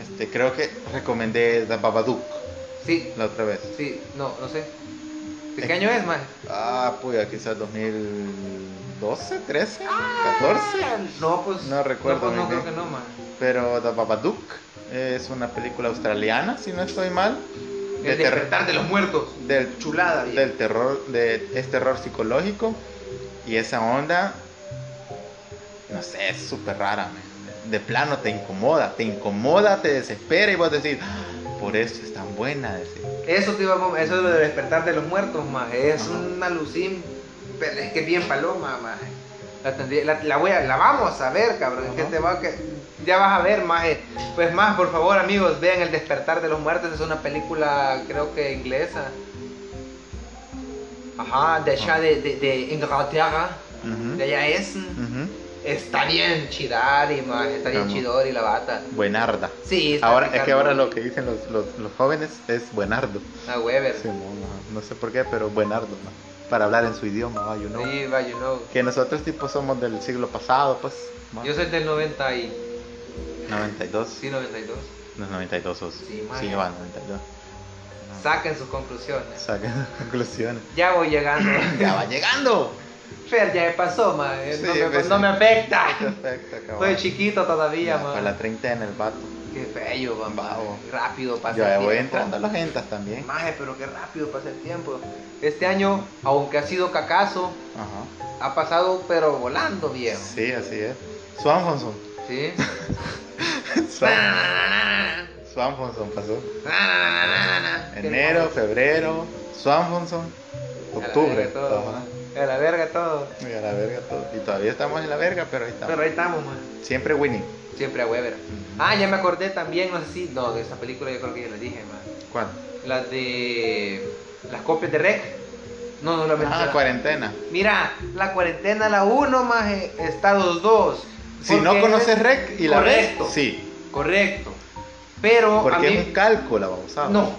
Speaker 1: Este, creo que recomendé The Babadook
Speaker 4: sí,
Speaker 1: la otra vez.
Speaker 4: sí, no, no sé. ¿De
Speaker 1: Es-
Speaker 4: qué año es, man?
Speaker 1: Ah, pues quizás 2012, 13, 14.
Speaker 4: No, pues.
Speaker 1: No recuerdo
Speaker 4: No, pues, no
Speaker 1: bien,
Speaker 4: creo que no, man.
Speaker 1: Pero The Babadook es una película australiana, si no estoy mal.
Speaker 4: El
Speaker 1: de terror-
Speaker 4: despertar de los muertos.
Speaker 1: del,
Speaker 4: Chulada, viejo.
Speaker 1: del terror, de, es terror psicológico. Y esa onda, no sé, es súper rara. man. de plano te incomoda, te incomoda, te desespera y vos decís, "Ah, por eso es tan buena. decís.
Speaker 4: Eso, te iba a- eso de lo de despertar de los muertos, más es
Speaker 1: Ajá.
Speaker 4: una alucin, pero es que bien paloma, más. La, tendría- la, la voy a, la vamos a ver, cabrón. es que
Speaker 1: Ajá.
Speaker 4: te va a que- ya vas a ver, más. Pues más, por favor, amigos, vean El despertar de los muertos. Es una película, creo que inglesa. Ajá, de allá de, de, de Inglaterra.
Speaker 1: Ujú,
Speaker 4: De allá es.
Speaker 1: ujú.
Speaker 4: Está bien chidari, más. Está bien
Speaker 1: Mm. Vamos.
Speaker 4: chidori la bata.
Speaker 1: Buenarda.
Speaker 4: Sí, está
Speaker 1: Ahora, es que ahora
Speaker 4: Ricardo-
Speaker 1: lo que dicen los, los, los jóvenes es buenardo.
Speaker 4: Ah, Weber. Sí,
Speaker 1: Simón, ajá. no sé por qué, pero buenardo. ma. Para hablar en su idioma, va, you know.
Speaker 4: va, you know.
Speaker 1: Que nosotros tipo somos del siglo pasado, pues. ma.
Speaker 4: Yo soy del 90 y...
Speaker 1: 92.
Speaker 4: Sí, 92.
Speaker 1: No, 92 sos.
Speaker 4: Sí,
Speaker 1: Sí,
Speaker 4: ma.
Speaker 1: va, 92.
Speaker 4: Saquen sus conclusiones.
Speaker 1: Saca conclusiones.
Speaker 4: Ya voy llegando.
Speaker 1: ¡Ya va llegando!
Speaker 4: Fer, ya me pasó, ma. eh, no,
Speaker 1: Sí,
Speaker 4: me,
Speaker 1: pues,
Speaker 4: no
Speaker 1: sí.
Speaker 4: me afecta.
Speaker 1: Perfecto,
Speaker 4: Soy
Speaker 1: cabrón.
Speaker 4: chiquito todavía,
Speaker 1: Ya, Para
Speaker 4: ma.
Speaker 1: la 30 en el vato.
Speaker 4: Qué bello, ma, ma.
Speaker 1: Bravo.
Speaker 4: Rápido pasa
Speaker 1: Yo ya
Speaker 4: el
Speaker 1: voy
Speaker 4: tiempo.
Speaker 1: entrando ¿eh? a los gentas también.
Speaker 4: Maje, pero qué rápido pasa el tiempo. Este año, aunque ha sido cacazo,
Speaker 1: Ajá.
Speaker 4: ha pasado pero volando, viejo.
Speaker 1: Sí, así es. Swanfonson.
Speaker 4: ¿Sí?
Speaker 1: Swan- Swanfonson pasó. Enero, febrero, Swanfonson, octubre.
Speaker 4: A la verga todo.
Speaker 1: Ajá.
Speaker 4: A la verga todo.
Speaker 1: Y a la verga todo. Y todavía estamos en la verga, pero ahí estamos.
Speaker 4: Pero ahí estamos, man.
Speaker 1: Siempre winning.
Speaker 4: Siempre a Weber. Ah, ya me acordé también, no sé si. No, de esa película yo creo que ya la dije, man.
Speaker 1: ¿Cuándo?
Speaker 4: La de. Las copias de Rec. No, no la mencioné.
Speaker 1: Ah, cuarentena.
Speaker 4: Mira, la cuarentena, la 1 más eh, Estados 2.
Speaker 1: Si no conoces rec y la
Speaker 4: Correcto.
Speaker 1: ves, sí.
Speaker 4: Correcto. Pero a
Speaker 1: Porque es
Speaker 4: mí.
Speaker 1: un cálculo abusado.
Speaker 4: No.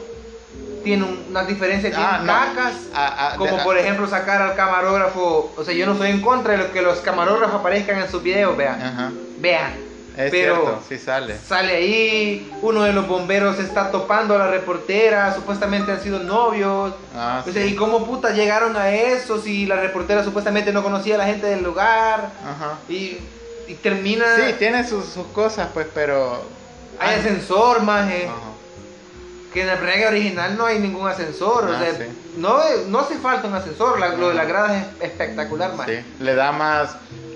Speaker 4: Tiene un- una diferencia bien
Speaker 1: Ah, no.
Speaker 4: cacas.
Speaker 1: Ah, ah,
Speaker 4: Como
Speaker 1: de-
Speaker 4: por ejemplo sacar al camarógrafo, o sea, yo no estoy en contra de lo que los camarógrafos aparezcan en sus videos, vean,
Speaker 1: Ajá.
Speaker 4: vean,
Speaker 1: Es
Speaker 4: pero
Speaker 1: cierto, sí sale.
Speaker 4: sale ahí, uno de los bomberos está topando a la reportera, supuestamente han sido novios,
Speaker 1: Ah,
Speaker 4: o sea, ¿y
Speaker 1: sí.
Speaker 4: cómo puta llegaron a eso si la reportera supuestamente no conocía a la gente del lugar?
Speaker 1: Ajá.
Speaker 4: Y, y termina,
Speaker 1: Sí, ah. tiene sus, sus cosas, pues, pero.
Speaker 4: hay ascensor, maje,
Speaker 1: Ajá.
Speaker 4: que en la reggae original no hay ningún ascensor, o
Speaker 1: Ah,
Speaker 4: sea,
Speaker 1: sí.
Speaker 4: no, no hace falta un ascensor, la- lo de las
Speaker 1: Ajá.
Speaker 4: gradas es espectacular, maje.
Speaker 1: Sí, le da más,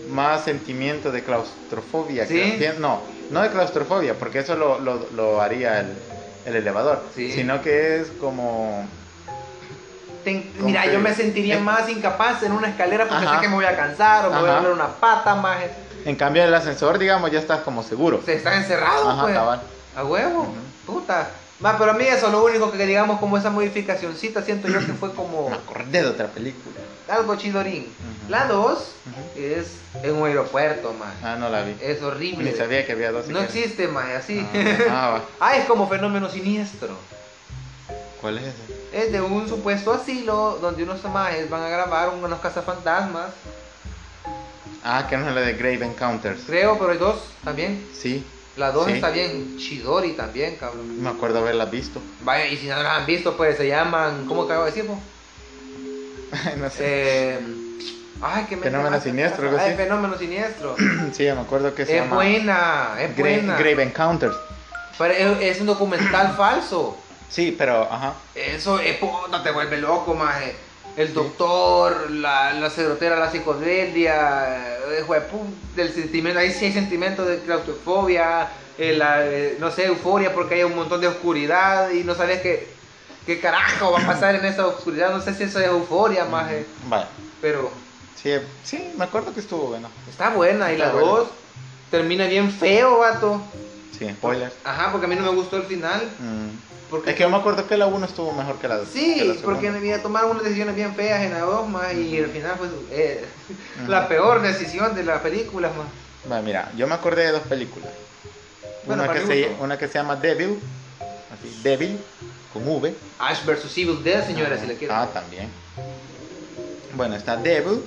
Speaker 1: más sentimiento de claustrofobia.
Speaker 4: Sí.
Speaker 1: creo. Bien, No, no de claustrofobia, porque eso lo, lo- lo haría el, el elevador.
Speaker 4: Sí.
Speaker 1: Sino que es como.
Speaker 4: Ten-
Speaker 1: Como
Speaker 4: mira,
Speaker 1: que-
Speaker 4: yo me sentiría
Speaker 1: eh.
Speaker 4: más incapaz en una escalera porque
Speaker 1: Ajá.
Speaker 4: sé que me voy a cansar o me voy a
Speaker 1: Ajá.
Speaker 4: doler una pata más.
Speaker 1: En cambio, el ascensor, digamos, ya estás como seguro.
Speaker 4: Se está encerrado,
Speaker 1: Ajá,
Speaker 4: pues.
Speaker 1: cabal.
Speaker 4: A huevo,
Speaker 1: Ujú.
Speaker 4: puta. Más, pero a mí eso lo único que digamos como esa modificacioncita siento yo que fue como
Speaker 1: Me acordé de otra película.
Speaker 4: algo chidorín.
Speaker 1: Ujú.
Speaker 4: La 2
Speaker 1: Ujú.
Speaker 4: es en un aeropuerto, más.
Speaker 1: Ah, no la vi.
Speaker 4: Es horrible.
Speaker 1: Ni sabía que había dos.
Speaker 4: Eh, no
Speaker 1: siquiera.
Speaker 4: existe más, así.
Speaker 1: Ah, ah, va.
Speaker 4: ah, es como fenómeno siniestro.
Speaker 1: ¿Cuál es ese?
Speaker 4: Es de un supuesto asilo donde unos majes van a grabar unos cazafantasmas.
Speaker 1: Ah, que no es la de Grave Encounters.
Speaker 4: Creo, pero hay dos también.
Speaker 1: Sí,
Speaker 4: La 2
Speaker 1: Sí.
Speaker 4: está bien, Chidori también, cabrón.
Speaker 1: me acuerdo haberla visto.
Speaker 4: Vaya, y si no las han visto, pues se llaman. ¿Cómo acabo de decir, po?
Speaker 1: no sé.
Speaker 4: Eh, ay, que me.
Speaker 1: Fenómeno siniestro, algo
Speaker 4: Ay,
Speaker 1: así.
Speaker 4: fenómeno siniestro.
Speaker 1: Sí, me acuerdo que se
Speaker 4: es
Speaker 1: llama
Speaker 4: buena, es
Speaker 1: Gra-
Speaker 4: buena.
Speaker 1: Grave Encounters.
Speaker 4: Pero es, es un documental falso.
Speaker 1: Sí, pero, ajá.
Speaker 4: Eso es puta, te vuelve loco, maje. El doctor, la, la cerotera, la psicodelia, eh, hijo de pu- del sentimiento, ahí sí hay sentimiento de claustrofobia, eh, la, eh, no sé, euforia porque hay un montón de oscuridad y no sabes qué, qué carajo va a pasar en esa oscuridad, no sé si eso es euforia, maje,
Speaker 1: Vale.
Speaker 4: pero
Speaker 1: Sí, sí, me acuerdo que estuvo bueno.
Speaker 4: está buena y la
Speaker 1: Está buena.
Speaker 4: dos termina bien feo, vato.
Speaker 1: Sí, spoiler.
Speaker 4: Ajá, porque a mí no me gustó el final.
Speaker 1: Mm.
Speaker 4: Porque
Speaker 1: Es que yo me acuerdo que la 1 estuvo mejor que la 2.
Speaker 4: Sí, porque en vida tomaron unas decisiones bien feas en la dos, ma, y al final fue su- eh,
Speaker 1: Ujú.
Speaker 4: la peor decisión de las películas, más.
Speaker 1: Bueno, mira, yo me acordé de dos películas.
Speaker 4: Bueno,
Speaker 1: una,
Speaker 4: para
Speaker 1: que
Speaker 4: mi
Speaker 1: se,
Speaker 4: gusto.
Speaker 1: una que se llama Devil, así, Devil, con V.
Speaker 4: Ash vs. Evil Dead, señores,
Speaker 1: Ah,
Speaker 4: si le quieren.
Speaker 1: Ah, también. Bueno, está Devil,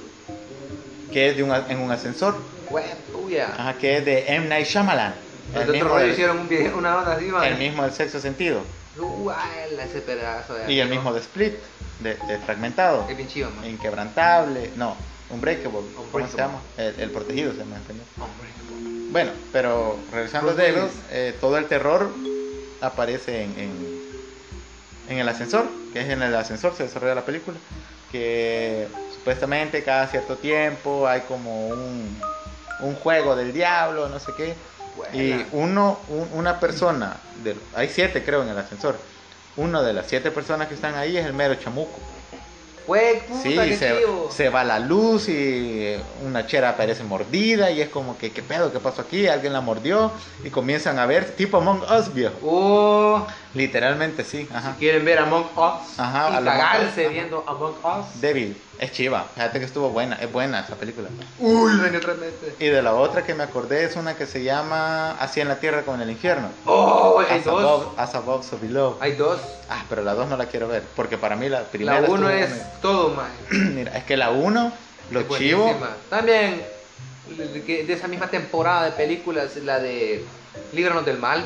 Speaker 1: que es de un, a- en un ascensor,
Speaker 4: Huepuya.
Speaker 1: ajá, que es de M. Night Shyamalan.
Speaker 4: Los
Speaker 1: Ah, El
Speaker 4: de otro
Speaker 1: mismo,
Speaker 4: rollo
Speaker 1: del,
Speaker 4: hicieron un video, una onda así, ma.
Speaker 1: el mismo del sexto sentido.
Speaker 4: Uy, ese pedazo de
Speaker 1: Y el
Speaker 4: arte,
Speaker 1: mismo
Speaker 4: ¿no?
Speaker 1: de Split, de, de Fragmentado.
Speaker 4: Es bien chido, ma.
Speaker 1: Inquebrantable, no, Unbreakable, ¿cómo
Speaker 4: Unbreakable.
Speaker 1: se llama? El, el protegido se llama en español.
Speaker 4: Hombre.
Speaker 1: Bueno, pero regresando a
Speaker 4: Bruce
Speaker 1: Devil,
Speaker 4: Willis.
Speaker 1: eh, todo el terror aparece en, en, en el ascensor, que es en el ascensor se desarrolla la película, que supuestamente cada cierto tiempo hay como un, un juego del diablo, no sé qué, Y uno, un- una persona, del- hay siete creo en el ascensor, una de las siete personas que están ahí es el mero chamuco.
Speaker 4: Güey, puta,
Speaker 1: Sí,
Speaker 4: qué
Speaker 1: se,
Speaker 4: chivo.
Speaker 1: se va la luz y eh, una chera aparece mordida y es como que, ¿qué pedo? ¿Qué pasó aquí? Alguien la mordió y comienzan a ver tipo Among Us, viejo.
Speaker 4: Oh,
Speaker 1: Literalmente sí,
Speaker 4: si
Speaker 1: ajá.
Speaker 4: quieren ver Among Us
Speaker 1: Ajá, a
Speaker 4: y
Speaker 1: lo mejor.
Speaker 4: cagarse
Speaker 1: Ajá.
Speaker 4: viendo Among Us.
Speaker 1: Débil, es chiva, fíjate que estuvo buena, es buena esa película.
Speaker 4: Uy, venía otra mente.
Speaker 1: Y de la otra que me acordé es una que se llama Así en la Tierra como en el Infierno.
Speaker 4: Oh, güey, hay
Speaker 1: As above,
Speaker 4: dos.
Speaker 1: as above, so below.
Speaker 4: Hay dos.
Speaker 1: Ah, pero la 2 no la quiero ver, porque para mí la primera
Speaker 4: La uno
Speaker 1: estuvo
Speaker 4: es todo, man.
Speaker 1: buena. Mira, es que la 1, lo
Speaker 4: Es
Speaker 1: chivo,
Speaker 4: buenísima. También de que- de esa misma temporada de películas, la de Líbranos del Mal,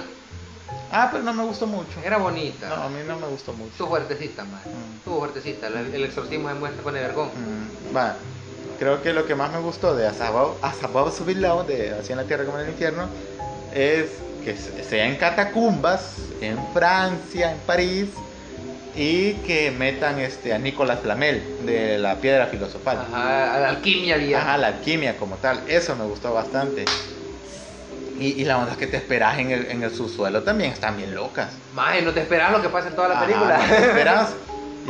Speaker 1: ah, pero no me gustó mucho.
Speaker 4: era bonita.
Speaker 1: No, a mí no me gustó mucho.
Speaker 4: Estuvo fuertecita, man.
Speaker 1: Mm.
Speaker 4: Estuvo fuertecita. La- el exorcismo de muestra con Evergón.
Speaker 1: Mm, va. Creo que lo que más me gustó de As Above, As Above, So Below, de Así en la Tierra como en el Infierno, es que se- sea en catacumbas, en Francia, en París, y que metan este, a Nicolas Flamel de la Piedra Filosofal.
Speaker 4: Ajá, a la alquimia había.
Speaker 1: Ajá, la alquimia como tal, eso me gustó bastante. Y, y la onda que te esperas en el, en el subsuelo también están bien locas.
Speaker 4: Mae, no te esperas lo que pasa en toda la
Speaker 1: Ajá,
Speaker 4: película.
Speaker 1: no te esperas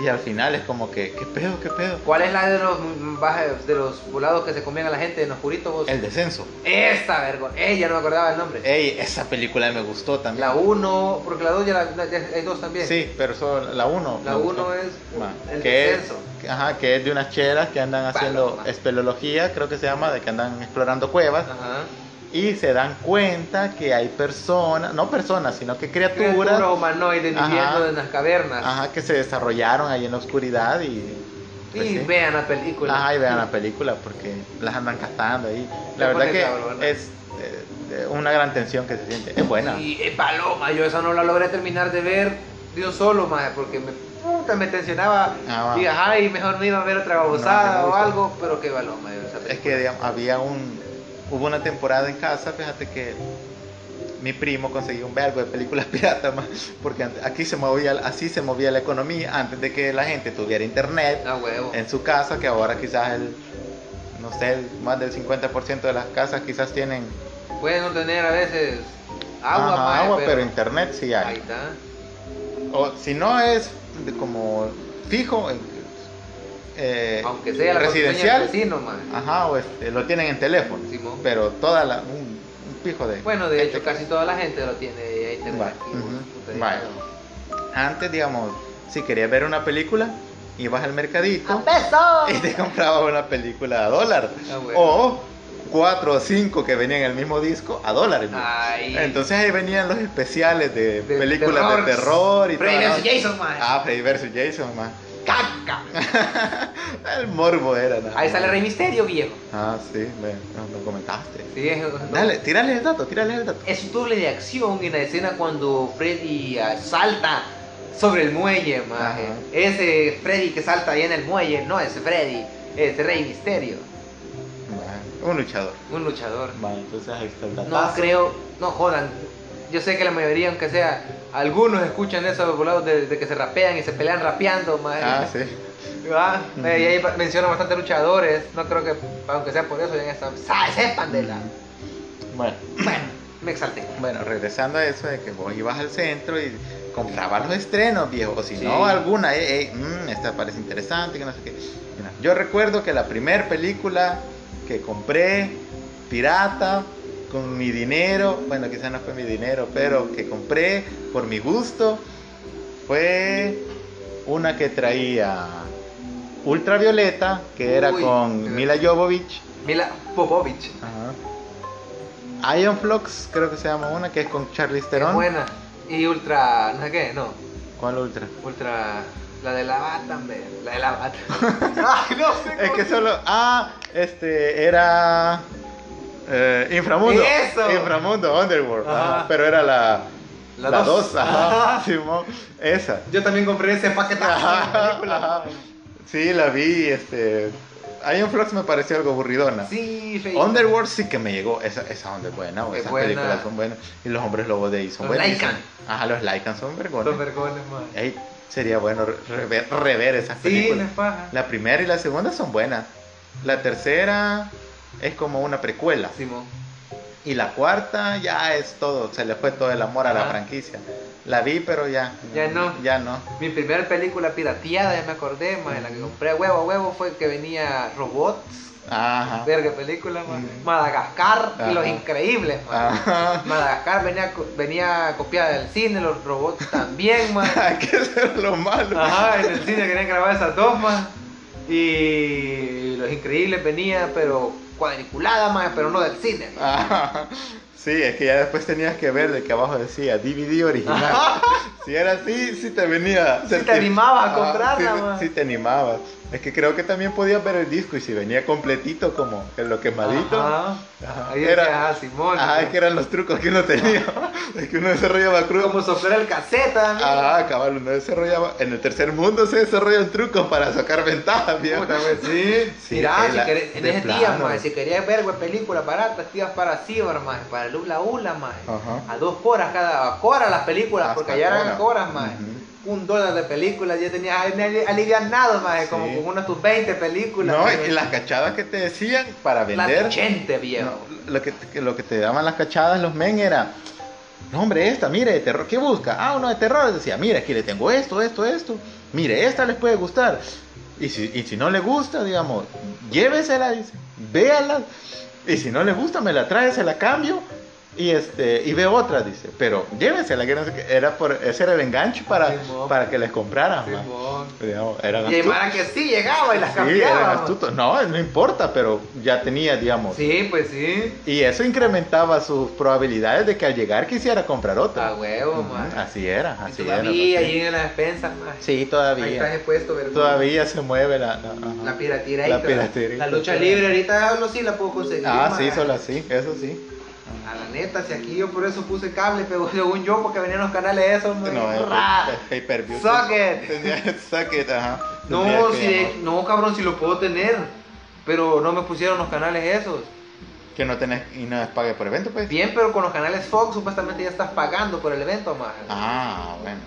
Speaker 1: y al final es como que, ¿qué pedo, qué pedo?
Speaker 4: ¿Cuál es la de los mm, bajes- de los volados que se comían a la gente en los puritos? vos?
Speaker 1: El descenso.
Speaker 4: Esta vergüenza. Eh, ya no me acordaba el nombre.
Speaker 1: Ey, esa película me gustó también.
Speaker 4: La 1, porque la 2 ya, la- ya hay dos también.
Speaker 1: Sí, pero solo la 1.
Speaker 4: La 1 es el
Speaker 1: que
Speaker 4: descenso.
Speaker 1: Es, ajá, que es de unas cheras que andan haciendo
Speaker 4: Paloma.
Speaker 1: espeleología, creo que se llama, de que andan explorando cuevas
Speaker 4: Ajá.
Speaker 1: y se dan cuenta que hay personas, no personas, sino que criaturas,
Speaker 4: Criatura humanoide
Speaker 1: Ajá.
Speaker 4: viviendo en las cavernas.
Speaker 1: ajá, que se desarrollaron ahí en la oscuridad y pues,
Speaker 4: y
Speaker 1: sí.
Speaker 4: vean la película.
Speaker 1: Ajá, y vean la película porque las andan cazando ahí. La
Speaker 4: Se
Speaker 1: verdad
Speaker 4: pone
Speaker 1: que
Speaker 4: cabrón.
Speaker 1: es eh, eh, una gran tensión que se siente. Es buena.
Speaker 4: Y eh, Paloma, yo esa no la logré terminar de ver de un solo, madre, porque me, puta, me tensionaba.
Speaker 1: Ah, va.
Speaker 4: y ajá, y mejor me iba a ver otra
Speaker 1: No, no
Speaker 4: babosada
Speaker 1: me
Speaker 4: o
Speaker 1: gusta.
Speaker 4: algo, pero qué Paloma. yo esa
Speaker 1: Es
Speaker 4: película.
Speaker 1: que digamos, había un. Hubo una temporada en casa, fíjate que mi primo conseguía un vergo de películas piratas, ma, porque ante- aquí se movía, así se movía la economía antes de que la gente tuviera internet
Speaker 4: Ah, huevo.
Speaker 1: en su casa, que ahora quizás el. No sé, el- más del 50% de las casas quizás tienen
Speaker 4: Pueden no tener a veces agua,
Speaker 1: ajá,
Speaker 4: mae,
Speaker 1: agua, pero... internet sí
Speaker 4: Ahí
Speaker 1: hay.
Speaker 4: está.
Speaker 1: O si no es de- como fijo, eh, eh,
Speaker 4: Aunque sea la
Speaker 1: residencial,
Speaker 4: residencial. vecino, mae.
Speaker 1: Ajá, o este, lo tienen en teléfono.
Speaker 4: Simón.
Speaker 1: Pero toda la, un, un pijo de.
Speaker 4: Bueno, de
Speaker 1: gente
Speaker 4: hecho, casi toda la gente lo tiene ahí internet.
Speaker 1: Ah, este Va,
Speaker 4: activo,
Speaker 1: ujú,
Speaker 4: puta,
Speaker 1: va.
Speaker 4: ya no.
Speaker 1: Antes, digamos, si querías ver una película, ibas al mercadito
Speaker 2: ¡Empezó!
Speaker 1: y te comprabas una película a dólar.
Speaker 4: Ah, bueno.
Speaker 1: O cuatro o cinco que venían en el mismo disco a dólares. ¿no?
Speaker 4: Ay.
Speaker 1: Entonces ahí venían los especiales de,
Speaker 4: De
Speaker 1: películas de terror y
Speaker 4: Freddy
Speaker 1: toda la-
Speaker 4: vs. Jason, mae.
Speaker 1: Ah, Freddy vs. Jason, man.
Speaker 4: Caca.
Speaker 1: El morbo era. ¿no?
Speaker 4: Ahí sale Rey Misterio, viejo.
Speaker 1: Ah, sí, me, me lo comentaste.
Speaker 4: Sí, es-
Speaker 1: Dale, tírale el dato, tírale el dato.
Speaker 4: Es un doble de acción en la escena cuando Freddy ah, salta sobre el muelle, maje.
Speaker 1: Ajá.
Speaker 4: Ese Freddy que salta ahí en el muelle, no es Freddy, es Rey Misterio,
Speaker 1: Va, Un luchador.
Speaker 4: un luchador.
Speaker 1: Va, entonces ahí está el
Speaker 4: No
Speaker 1: datazo.
Speaker 4: creo, no jodan. Yo sé que la mayoría, aunque sea, algunos escuchan eso volados de, de que se rapean y se pelean rapeando, maje.
Speaker 1: Ah, sí.
Speaker 4: ¿Va?
Speaker 1: Ujú.
Speaker 4: Eh, y ahí va- menciona bastante luchadores, no creo que, aunque sea por eso, ya en esta... ¡Sa- sepan de la-
Speaker 1: Bueno,
Speaker 4: Bueno, me exalté.
Speaker 1: bueno, regresando a eso de que vos ibas al centro y comprabas los estrenos, viejo. O si
Speaker 4: Sí.
Speaker 1: no, alguna, eh, eh, mm, esta parece interesante, que no sé qué. Mira, yo recuerdo que la primera película que compré, pirata, con mi dinero, bueno, quizás no fue mi dinero, pero que compré por mi gusto, fue una que traía Ultravioleta, que era
Speaker 4: Uy.
Speaker 1: con Mila Jovovich.
Speaker 4: Mila Popovich.
Speaker 1: Ajá. Iron Flux, creo que se llama una, que es con Charlize
Speaker 4: Es
Speaker 1: Theron.
Speaker 4: buena. Y ultra. ¿No sé qué? No.
Speaker 1: ¿Cuál ultra?
Speaker 4: Ultra. La de la bata, hombre. La de la bata. Ay, no sé.
Speaker 1: Es
Speaker 4: cómo-
Speaker 1: que solo. Ah, este era. eh, inframundo.
Speaker 4: Eso.
Speaker 1: Inframundo, Underworld.
Speaker 4: Ajá.
Speaker 1: ajá, Pero era la.
Speaker 4: La
Speaker 1: La
Speaker 4: dos.
Speaker 1: 2, ajá.
Speaker 4: Ajá.
Speaker 1: Simón, esa.
Speaker 4: Yo también compré ese paquete
Speaker 1: Ajá,
Speaker 4: de película.
Speaker 1: ajá. Sí, la vi. Este. Iron Flux me pareció algo aburridona.
Speaker 4: Sí, feo.
Speaker 1: Underworld sí que me llegó. Esa, esa onda es buena. o
Speaker 4: Es
Speaker 1: Esas
Speaker 4: buena.
Speaker 1: películas son buenas. Y los hombres lobos de ahí son
Speaker 4: Los
Speaker 1: buenos.
Speaker 4: Lycan.
Speaker 1: Ajá, los Lycan son vergones.
Speaker 4: Los vergones, man.
Speaker 1: Ey, sería bueno rever, rever esas
Speaker 4: Sí, no
Speaker 1: películas.
Speaker 4: es paja.
Speaker 1: La primera y la segunda son buenas. La tercera es como una precuela.
Speaker 4: Simón.
Speaker 1: Y la cuarta ya es todo, se le fue todo el amor a la
Speaker 4: Ajá.
Speaker 1: franquicia. La vi, pero ya.
Speaker 4: Ya no.
Speaker 1: Ya no.
Speaker 4: Mi primera película pirateada, ya me acordé, más la que compré a huevo a huevo fue que venía Robots,
Speaker 1: Ajá.
Speaker 4: verga película, ma.
Speaker 1: Mm.
Speaker 4: Madagascar y Los
Speaker 1: Ajá.
Speaker 4: Increíbles, ma.
Speaker 1: Ajá.
Speaker 4: Madagascar venía, co- venía copiada del cine, los robots también, ma.
Speaker 1: Hay que hacer lo malo.
Speaker 4: Ajá, en el cine querían grabar esas dos más. Y Los Increíbles venía, pero cuadriculada más, pero no del cine. ma.
Speaker 1: Ajá. Sí, es que ya después tenías que ver de que abajo decía DVD original. si era así, sí te venía.
Speaker 4: Sí te
Speaker 1: certi-
Speaker 4: animabas a
Speaker 1: Ah,
Speaker 4: comprarla,
Speaker 1: sí,
Speaker 4: man.
Speaker 1: Sí, te animabas. Es que creo que también podías ver el disco y si venía completito como en lo quemadito.
Speaker 4: Ajá.
Speaker 1: Ajá.
Speaker 4: Ahí
Speaker 1: Era-
Speaker 4: era Simón.
Speaker 1: Ajá, es que eran los trucos que uno tenía. es que uno desarrollaba crudo.
Speaker 4: Como soplar el caseta, amigo.
Speaker 1: Ajá, cabal, uno desarrollaba. En el tercer mundo se desarrollan trucos para sacar ventajas, viejo.
Speaker 4: Puta, güey, sí.
Speaker 1: Sí,
Speaker 4: Mirá,
Speaker 1: en la-
Speaker 4: si querés, en
Speaker 1: de
Speaker 4: ese día,
Speaker 1: plano.
Speaker 4: más, si querías ver güey, películas baratas, te ibas para Ciber, más, para el Hula Hula, más.
Speaker 1: Ajá.
Speaker 4: A dos coras cada, a coras las películas,
Speaker 1: Hasta
Speaker 4: porque allá eran
Speaker 1: cora.
Speaker 4: coras, más. Un dólar de películas, ya tenías ali- alivianado, más,
Speaker 1: Sí.
Speaker 4: como con unas tus 20 películas.
Speaker 1: No,
Speaker 4: más.
Speaker 1: y las cachadas que te decían para
Speaker 4: pues. Las
Speaker 1: vender.
Speaker 4: 80, viejo.
Speaker 1: No, lo, que, que lo que te daban las cachadas los men era, no hombre, esta, mire, de terror, ¿qué busca? Ah, uno de terror, decía, mire, aquí le tengo esto, esto, esto, mire, esta les puede gustar. Y si, y si no le gusta, digamos, llévesela, dice, véala, y si no le gusta, me la trae, se la cambio. Y, este, y ve otra, dice, pero llévesela, que no sé qué. Era por, ese era el enganche para,
Speaker 4: Simón.
Speaker 1: para que les compraran. man.
Speaker 4: Simón.
Speaker 1: Digamos, eran
Speaker 4: Y hay
Speaker 1: astutos.
Speaker 4: mara que sí llegaba y las
Speaker 1: Sí, eran
Speaker 4: cambiaba. man.
Speaker 1: astutos. No, no importa, pero ya tenía, digamos,
Speaker 4: Sí, pues sí.
Speaker 1: y eso incrementaba sus probabilidades de que al llegar quisiera comprar
Speaker 4: A
Speaker 1: otra.
Speaker 4: Ah, huevo,
Speaker 1: Ujú,
Speaker 4: más.
Speaker 1: Así era,
Speaker 4: Y
Speaker 1: así era.
Speaker 4: todavía
Speaker 1: pues,
Speaker 4: ahí en las despensas, más.
Speaker 1: Sí, Sí,
Speaker 4: Ahí estás
Speaker 1: todavía.
Speaker 4: expuesto, ¿verdad?
Speaker 1: Todavía se mueve la. la- ajá.
Speaker 4: La piratería. La,
Speaker 1: La piratería.
Speaker 4: la lucha libre ahorita hablo sí la eh. puedo conseguir.
Speaker 1: Ah,
Speaker 4: ma.
Speaker 1: sí, solo así, eso sí.
Speaker 4: A la neta, si aquí yo por eso puse cable, pero según yo, porque venían los canales esos, ma.
Speaker 1: No, eh, es
Speaker 4: Ra.
Speaker 1: pay per view.
Speaker 4: Socket.
Speaker 1: Tenía socket, ajá. Tendría
Speaker 4: No,
Speaker 1: que
Speaker 4: si
Speaker 1: llamar.
Speaker 4: no, cabrón, si lo puedo tener. Pero no me pusieron los canales esos.
Speaker 1: Que no tenés y no es pague por evento, pues.
Speaker 4: Bien, pero con los canales Fox supuestamente ya estás pagando por el evento, más.
Speaker 1: Ah, bueno.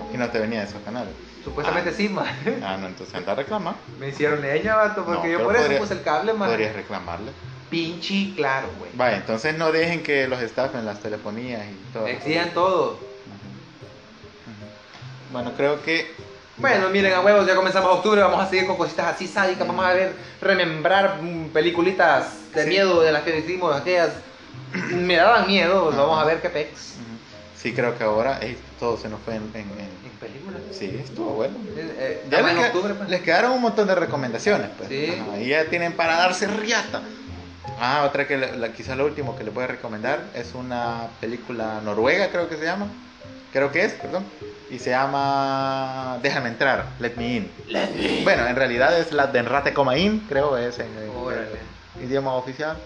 Speaker 1: no, Aquí no te venía de esos canales.
Speaker 4: Supuestamente sí, más.
Speaker 1: Ah, no, entonces anda a reclamar.
Speaker 4: Me hicieron leña, vato, porque
Speaker 1: No,
Speaker 4: yo
Speaker 1: pero
Speaker 4: por eso
Speaker 1: podría-
Speaker 4: puse el cable, más.
Speaker 1: Podrías reclamarle.
Speaker 4: Pinchi, claro, güey.
Speaker 1: Vaya, entonces no dejen que los estafen las telefonías y todo.
Speaker 4: Exijan todo.
Speaker 1: Bueno, creo que.
Speaker 4: Bueno, miren a huevos, ya comenzamos octubre, vamos a seguir con cositas así sádicas, vamos a ver, remembrar mm, peliculitas de
Speaker 1: Sí.
Speaker 4: miedo de las que hicimos, aquellas mm, me daban miedo,
Speaker 1: Ajá.
Speaker 4: vamos a ver qué pex.
Speaker 1: Ujú. Sí, creo que ahora eh, todo se nos fue en. en- en-
Speaker 4: En películas.
Speaker 1: Sí, estuvo Ah, bueno. pues.
Speaker 4: Eh,
Speaker 1: Ya les,
Speaker 4: estamos en
Speaker 1: que-
Speaker 4: octubre, pa.
Speaker 1: les quedaron un montón de recomendaciones, pues.
Speaker 4: Sí.
Speaker 1: Ajá, y ya tienen para darse riata. Ah, otra que le- la- quizá lo último que les voy a recomendar es una película noruega, creo que se llama. Creo que es, perdón. Y se llama Déjame entrar, Let Me In. Bueno, en realidad es la de Enrate Coma In, creo, es en, en-
Speaker 4: Órale.
Speaker 1: idioma oficial.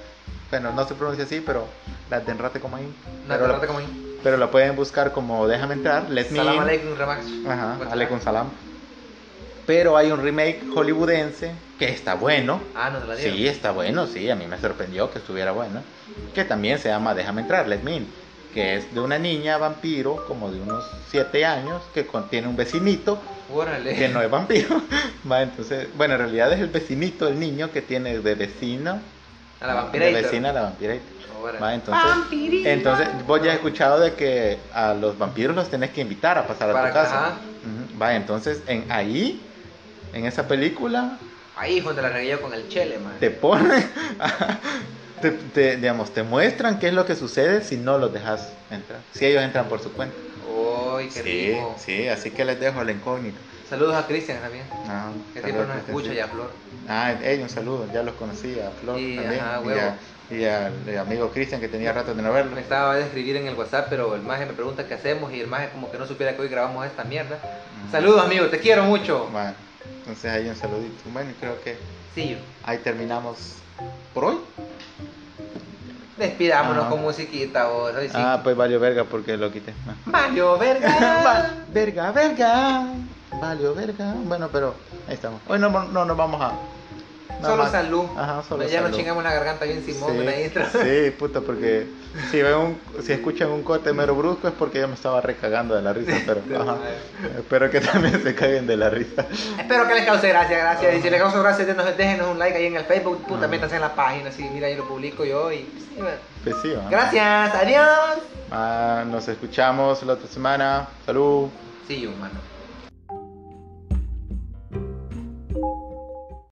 Speaker 1: Bueno, no se pronuncia así, pero la de Enrate Coma In.
Speaker 4: No,
Speaker 1: Pero
Speaker 4: te
Speaker 1: la-
Speaker 4: trata como ahí.
Speaker 1: pero la pueden buscar como Déjame entrar, Let Me
Speaker 4: Salam
Speaker 1: In.
Speaker 4: aleikum, Ramax.
Speaker 1: Ajá,
Speaker 4: Guatemala.
Speaker 1: Aleikum Salam. Pero hay un remake hollywoodense que está bueno.
Speaker 4: Ah, no te la dieron.
Speaker 1: Sí, está bueno, sí, a mí me sorprendió que estuviera bueno. Que también se llama Déjame entrar, Let Me In. Que es de una niña vampiro, como de unos 7 años, que contiene un vecinito
Speaker 4: Órale.
Speaker 1: que no es vampiro. Va, entonces, bueno, en realidad es el vecinito, el niño que tiene de vecino.
Speaker 4: A la
Speaker 1: Ah, De
Speaker 4: vampirator.
Speaker 1: vecina a la vampirita.
Speaker 4: Órale.
Speaker 1: Va, entonces, entonces, vos ya has escuchado de que a los vampiros los tenés que invitar a pasar a
Speaker 4: Para
Speaker 1: tu
Speaker 4: acá,
Speaker 1: casa.
Speaker 4: ajá.
Speaker 1: Ujú. Va, entonces, en, ahí, en esa película,
Speaker 4: Ahí fue donde la regué yo con el chele, man.
Speaker 1: te ponen, te, te- digamos, te muestran qué es lo que sucede si no los dejas entrar. Si ellos entran por su cuenta.
Speaker 4: Uy, qué
Speaker 1: Sí,
Speaker 4: rico.
Speaker 1: sí, así que les dejo la incógnita.
Speaker 4: Saludos a Cristian también.
Speaker 1: Ah,
Speaker 4: Que
Speaker 1: saludos,
Speaker 4: siempre nos
Speaker 1: Cristian,
Speaker 4: escucha
Speaker 1: sí.
Speaker 4: y a Flor.
Speaker 1: Ah, hey, un saludo, ya los conocí, a Flor
Speaker 4: Sí,
Speaker 1: también.
Speaker 4: ajá,
Speaker 1: y,
Speaker 4: huevo.
Speaker 1: a- y al al amigo Cristian que tenía rato de no verlo.
Speaker 4: Me estaba a escribir en el WhatsApp, pero el maje me pregunta qué hacemos y el maje como que no supiera que hoy grabamos esta mierda. Saludos, amigo, te quiero mucho.
Speaker 1: Bueno, entonces ahí un saludito. Bueno, y creo que
Speaker 4: Sí,
Speaker 1: ahí terminamos por hoy.
Speaker 4: despidámonos
Speaker 1: Ajá.
Speaker 4: con musiquita vos. Hoy sí.
Speaker 1: Ah, pues valió verga porque lo quité. Ah.
Speaker 4: Mario
Speaker 1: Va-
Speaker 4: Verga.
Speaker 1: verga, verga. Valió verga. Bueno, pero ahí estamos. Hoy no, no nos vamos a, nada
Speaker 4: solo
Speaker 1: más.
Speaker 4: salud.
Speaker 1: Ajá, solo
Speaker 4: ya
Speaker 1: salud.
Speaker 4: nos chingamos la garganta bien Simón en la intro.
Speaker 1: sí, puta, porque si, ven un- si escuchan un corte mero brusco es porque yo me estaba recagando de la risa, pero ajá. espero que también se caguen de la risa.
Speaker 4: Espero que les cause gracia, gracias. Y si les causó gracia, denos- déjenos un like ahí en el Facebook.
Speaker 1: Ah.
Speaker 4: Puta, métanse en la página. Sí, mira, yo lo publico yo. Y, sí, bueno.
Speaker 1: Pues sí, ¿va?
Speaker 4: Gracias, adiós.
Speaker 1: Ah, nos escuchamos la otra semana. Salud.
Speaker 4: Sí, humano.